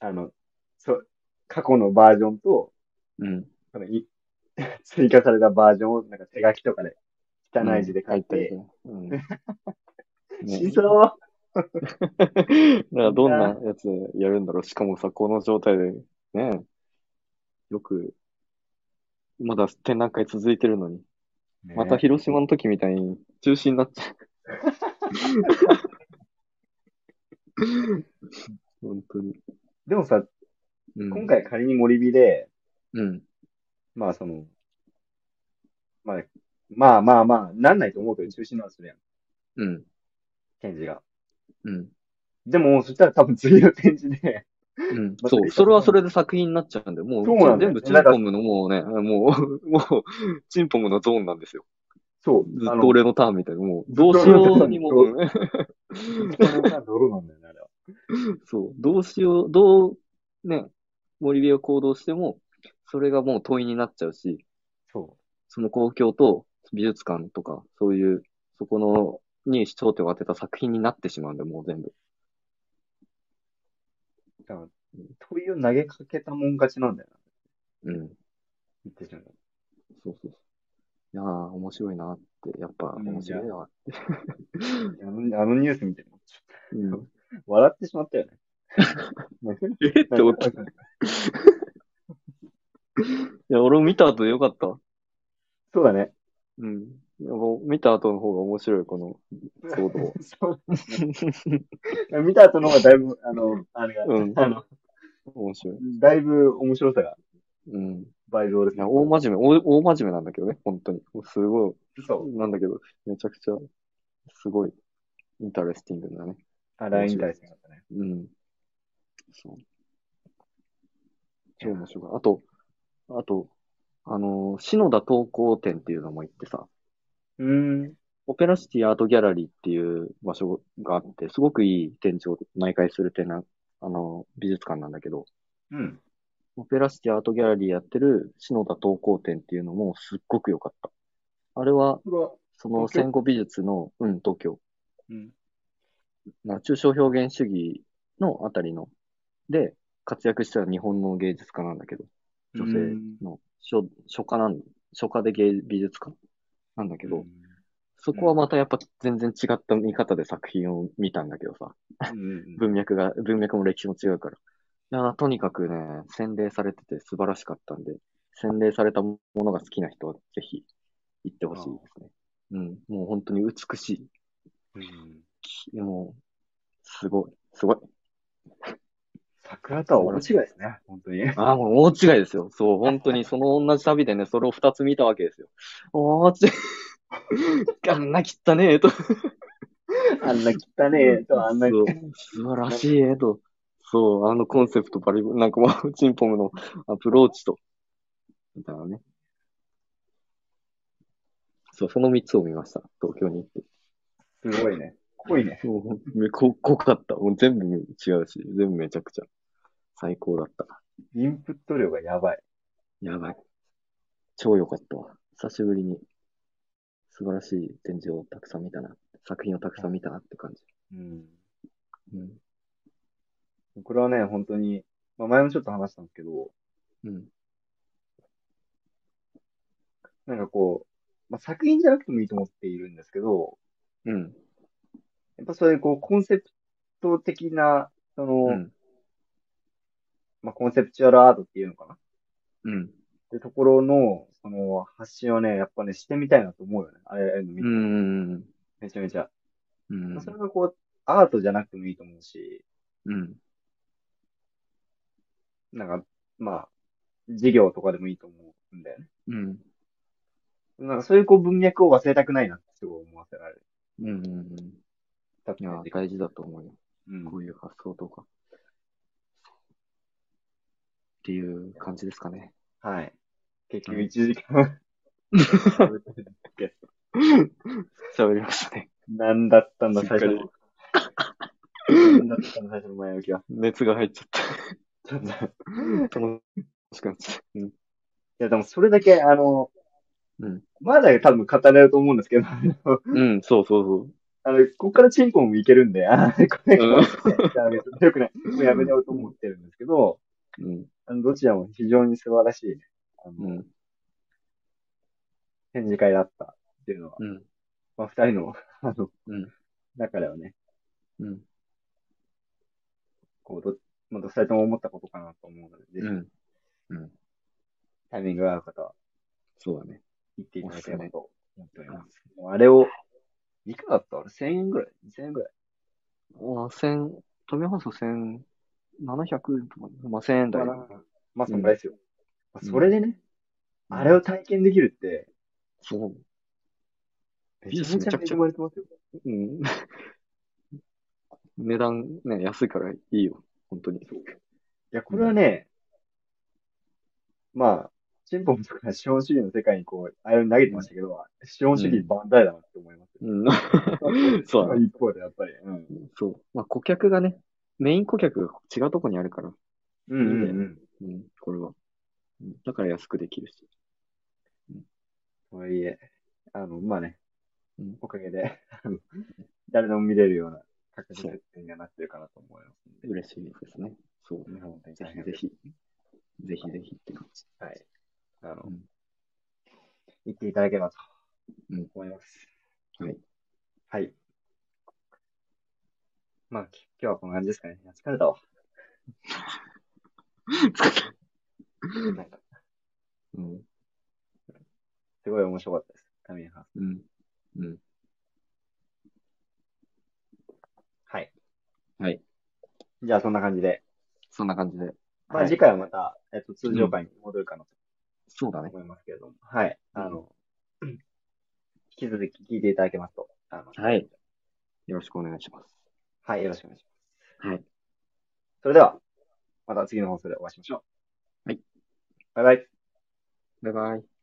[SPEAKER 1] あの、そ、過去のバージョンと、
[SPEAKER 2] うん。
[SPEAKER 1] そのい 追加されたバージョンを、なんか手書きとかで、汚い字で書いて、
[SPEAKER 2] うん。
[SPEAKER 1] 真
[SPEAKER 2] ね
[SPEAKER 1] 相を
[SPEAKER 2] だからどんなやつやるんだろう。しかもさ、この状態で、ね、よく、まだ展覧会続いてるのに、また広島の時みたいに中止になっちゃ う。本当に。
[SPEAKER 1] でもさ、
[SPEAKER 2] うん
[SPEAKER 1] 今、回仮に森火で、
[SPEAKER 2] うん。
[SPEAKER 1] まあその、まあ、まあまあまあ、なんないと思うけど中止なんですね、
[SPEAKER 2] うん。
[SPEAKER 1] 展示が。
[SPEAKER 2] うん。
[SPEAKER 1] でも、そしたら多分次の展示で、
[SPEAKER 2] うん、
[SPEAKER 1] また
[SPEAKER 2] そう、それはそれで作品になっちゃうんで、もう
[SPEAKER 1] そうなんだよ
[SPEAKER 2] 全部チンポムのもうね、もう、もう、チンポムのゾーンなんですよ。
[SPEAKER 1] そう、
[SPEAKER 2] ずっ
[SPEAKER 1] あ
[SPEAKER 2] と
[SPEAKER 1] の、
[SPEAKER 2] 俺のターンみたいな、もう、どうしようにも、
[SPEAKER 1] ずっと
[SPEAKER 2] うん
[SPEAKER 1] 泥なんだよね、あれは。
[SPEAKER 2] そう、どうしよう、どう、ね、森火を行動しても、それがもう問いになっちゃうし、
[SPEAKER 1] そ
[SPEAKER 2] その公共と美術館とか、そういう、そこの、に焦点を当てた作品になってしまうんで、もう全部。
[SPEAKER 1] う。だから、という投げかけたもん勝ちなんだよ
[SPEAKER 2] うん。
[SPEAKER 1] 言ってしまう。
[SPEAKER 2] そうそうそう。いやー、面白いなって、やっぱ
[SPEAKER 1] うん
[SPEAKER 2] 面白いな。
[SPEAKER 1] あのあのニュース見ても、ちょ
[SPEAKER 2] うん
[SPEAKER 1] んっと笑ってしまったよね。
[SPEAKER 2] えって思った。いや、俺も見た後でよかった。
[SPEAKER 1] そうだね。
[SPEAKER 2] うん。やっぱ見た後の方が面白い、この騒動。
[SPEAKER 1] そう 見た後の方がだいぶ、あの、あれが、
[SPEAKER 2] うん
[SPEAKER 1] あの、
[SPEAKER 2] 面白い。
[SPEAKER 1] だいぶ面白さが
[SPEAKER 2] うん。
[SPEAKER 1] 倍増で
[SPEAKER 2] い
[SPEAKER 1] すね
[SPEAKER 2] や、。大真面目、大大真面目なんだけどね、本当に。すご
[SPEAKER 1] そう。
[SPEAKER 2] い、なんだけど、めちゃくちゃ、すごい、インタレスティングだね。
[SPEAKER 1] あ、LINE に対してだったね。
[SPEAKER 2] うん。そう。超面白かった。あと、あと、あのー、篠田東光展っていうのも行ってさ、
[SPEAKER 1] うーん。
[SPEAKER 2] オペラシティアートギャラリーっていう場所があって、すごくいい展示を内開する展覧、あのー、美術館なんだけど、
[SPEAKER 1] うん。
[SPEAKER 2] オペラシティアートギャラリーやってる篠田東光展っていうのもすっごく良かった。あれは、
[SPEAKER 1] それは、
[SPEAKER 2] その
[SPEAKER 1] 東京
[SPEAKER 2] 戦後美術の、うん、東京。
[SPEAKER 1] うん。
[SPEAKER 2] な抽象表現主義のあたりの、で、活躍した日本の芸術家なんだけど、女性の初初夏なん、初夏で芸美術家なんだけど、そこはまたやっぱ全然違った見方で作品を見たんだけどさ、
[SPEAKER 1] うんうん
[SPEAKER 2] 文脈が、文脈も歴史も違うから。いやーとにかくね、洗礼されてて素晴らしかったんで、洗礼されたものが好きな人はぜひ行ってほしいですね。うん、もう本当に美しい。
[SPEAKER 1] うん。
[SPEAKER 2] でも、すごい、すごい。
[SPEAKER 1] 桜とは大違いですね、本当に。
[SPEAKER 2] ああ、もう大違いですよ。そう、本当にその同じ旅でね、それを二つ見たわけですよ。大違い。あんな汚ねえと。
[SPEAKER 1] あんな汚ねえ と、あんな、
[SPEAKER 2] そう素晴らしいえと。そう、あのコンセプトバリ、なんかもう、チンポムのアプローチと。みたいなね。そう、その三つを見ました。東京に行って。
[SPEAKER 1] すごいね。濃いね。
[SPEAKER 2] もうほんとめ、こ、濃かった。もう全部違うし、全部めちゃくちゃ。最高だった。
[SPEAKER 1] インプット量がやばい。
[SPEAKER 2] やばい。超良かったわ。久しぶりに素晴らしい展示をたくさん見たな。作品をたくさん見たなって感じ。
[SPEAKER 1] うん。
[SPEAKER 2] うん。
[SPEAKER 1] これはね、本当に、まあ、前もちょっと話したんですけど、
[SPEAKER 2] うん。
[SPEAKER 1] なんかこう、まあ、作品じゃなくてもいいと思っているんですけど、
[SPEAKER 2] うん。
[SPEAKER 1] やっぱそういうこう、コンセプト的な、その、
[SPEAKER 2] うん。
[SPEAKER 1] まあ、コンセプチュアルアートっていうのかな
[SPEAKER 2] うん。
[SPEAKER 1] ってところの、その、発信をね、やっぱね、してみたいなと思うよね。あれ、ああいうの見
[SPEAKER 2] う
[SPEAKER 1] て
[SPEAKER 2] ん。
[SPEAKER 1] めちゃめちゃ。
[SPEAKER 2] うん。
[SPEAKER 1] それがこう、アートじゃなくてもいいと思うし、
[SPEAKER 2] うん。
[SPEAKER 1] なんか、まあ、授業とかでもいいと思うんだよね。
[SPEAKER 2] うん。
[SPEAKER 1] なんかそういうこう文脈を忘れたくないなってすごい思わせられ
[SPEAKER 2] うん。
[SPEAKER 1] た。
[SPEAKER 2] いや、大事だと思うよ。
[SPEAKER 1] うん。
[SPEAKER 2] こういう発想とか。っていう感じですかね。
[SPEAKER 1] はい。結
[SPEAKER 2] う
[SPEAKER 1] 局
[SPEAKER 2] ん
[SPEAKER 1] 1時間
[SPEAKER 2] 喋りましたね。
[SPEAKER 1] 何だったんだ、
[SPEAKER 2] しっ
[SPEAKER 1] 最
[SPEAKER 2] か
[SPEAKER 1] 初
[SPEAKER 2] り
[SPEAKER 1] の。何だったんだ、最初の前置きは。
[SPEAKER 2] 熱が入っちゃった。
[SPEAKER 1] ちょっとい
[SPEAKER 2] 楽しくなっちゃった。うん。
[SPEAKER 1] や、でもそれだけ、あの、
[SPEAKER 2] うん
[SPEAKER 1] まだ多分語れると思うんですけど、あ の
[SPEAKER 2] うん、そうそうそう。
[SPEAKER 1] あの、ここからチンコもいけるんで、あーこれ、こ
[SPEAKER 2] うん
[SPEAKER 1] れ、よくない。もうやめようと思ってるんですけど、
[SPEAKER 2] うん。
[SPEAKER 1] あのどちらも非常に素晴らしい、ね、あ
[SPEAKER 2] う
[SPEAKER 1] の
[SPEAKER 2] ん。
[SPEAKER 1] 展示会だったっていうのは、
[SPEAKER 2] うん。
[SPEAKER 1] まあ、二人の、あの、
[SPEAKER 2] うん
[SPEAKER 1] 中ではね、
[SPEAKER 2] うん。
[SPEAKER 1] こう、ど、まあ、どっちとも思ったことかなと思うので、ぜひ、
[SPEAKER 2] うん。
[SPEAKER 1] タイミングが合う方は
[SPEAKER 2] そうだね。
[SPEAKER 1] 行っていただければと思っております。もうあれを、いくらだったあれ ?1000 円ぐらい ?2000 円ぐらい
[SPEAKER 2] あ、千、富山放送千、七百円とか、まあ、千円台。
[SPEAKER 1] まあ、まあ、そんぐらいですよ。まあそれでね、
[SPEAKER 2] うん
[SPEAKER 1] あれを体験できるって、
[SPEAKER 2] そう。
[SPEAKER 1] めちゃめちゃ恵まれてますよ。
[SPEAKER 2] うん。 値段ね、安いからいいよ。本当に。
[SPEAKER 1] いや、これはね、まあ、チンポンとか資本主義の世界にこう、あれを投げてましたけど、資本主義万歳だなって思いますよ。
[SPEAKER 2] うん。 そうだね。
[SPEAKER 1] 一方でやっぱり。うん。
[SPEAKER 2] そう。まあ、顧客がね、メイン顧客が違うとこにあるから。
[SPEAKER 1] うんうん
[SPEAKER 2] う
[SPEAKER 1] うん。
[SPEAKER 2] うん、これは。うんだから安くできるし。
[SPEAKER 1] とはいえ、あの、まあね
[SPEAKER 2] うん、
[SPEAKER 1] おかげで、あの誰でも見れるような価格設定にはなってるかなと思いますんで。
[SPEAKER 2] 嬉しいですね。そう。
[SPEAKER 1] 日本で
[SPEAKER 2] ぜひぜひ。ぜひぜひって感じ。
[SPEAKER 1] はい。あの
[SPEAKER 2] うん、
[SPEAKER 1] 言っていただければと
[SPEAKER 2] うん
[SPEAKER 1] 思います。
[SPEAKER 2] はい。
[SPEAKER 1] はい。まあ、き今日はこんな感じですかね。いや疲れたわ。なんか、
[SPEAKER 2] うん。
[SPEAKER 1] すごい面白かったです。神谷さん。
[SPEAKER 2] うん。うん。
[SPEAKER 1] はい。
[SPEAKER 2] はい。
[SPEAKER 1] じゃあ、そんな感じで。
[SPEAKER 2] そんな感じで。
[SPEAKER 1] ま
[SPEAKER 2] は
[SPEAKER 1] あ、
[SPEAKER 2] い
[SPEAKER 1] 次回はまた、えっと、通常回に戻るかなと
[SPEAKER 2] そうだね。
[SPEAKER 1] 思いますけれども。はい。あの、 引き続き聞いていただけますと。あの
[SPEAKER 2] はい。よろしくお願いします。
[SPEAKER 1] はい、よろしくお願いします。
[SPEAKER 2] はい。
[SPEAKER 1] それでは、また次の放送でお会いしましょう。
[SPEAKER 2] はい。
[SPEAKER 1] バイバイ。
[SPEAKER 2] バイバイ。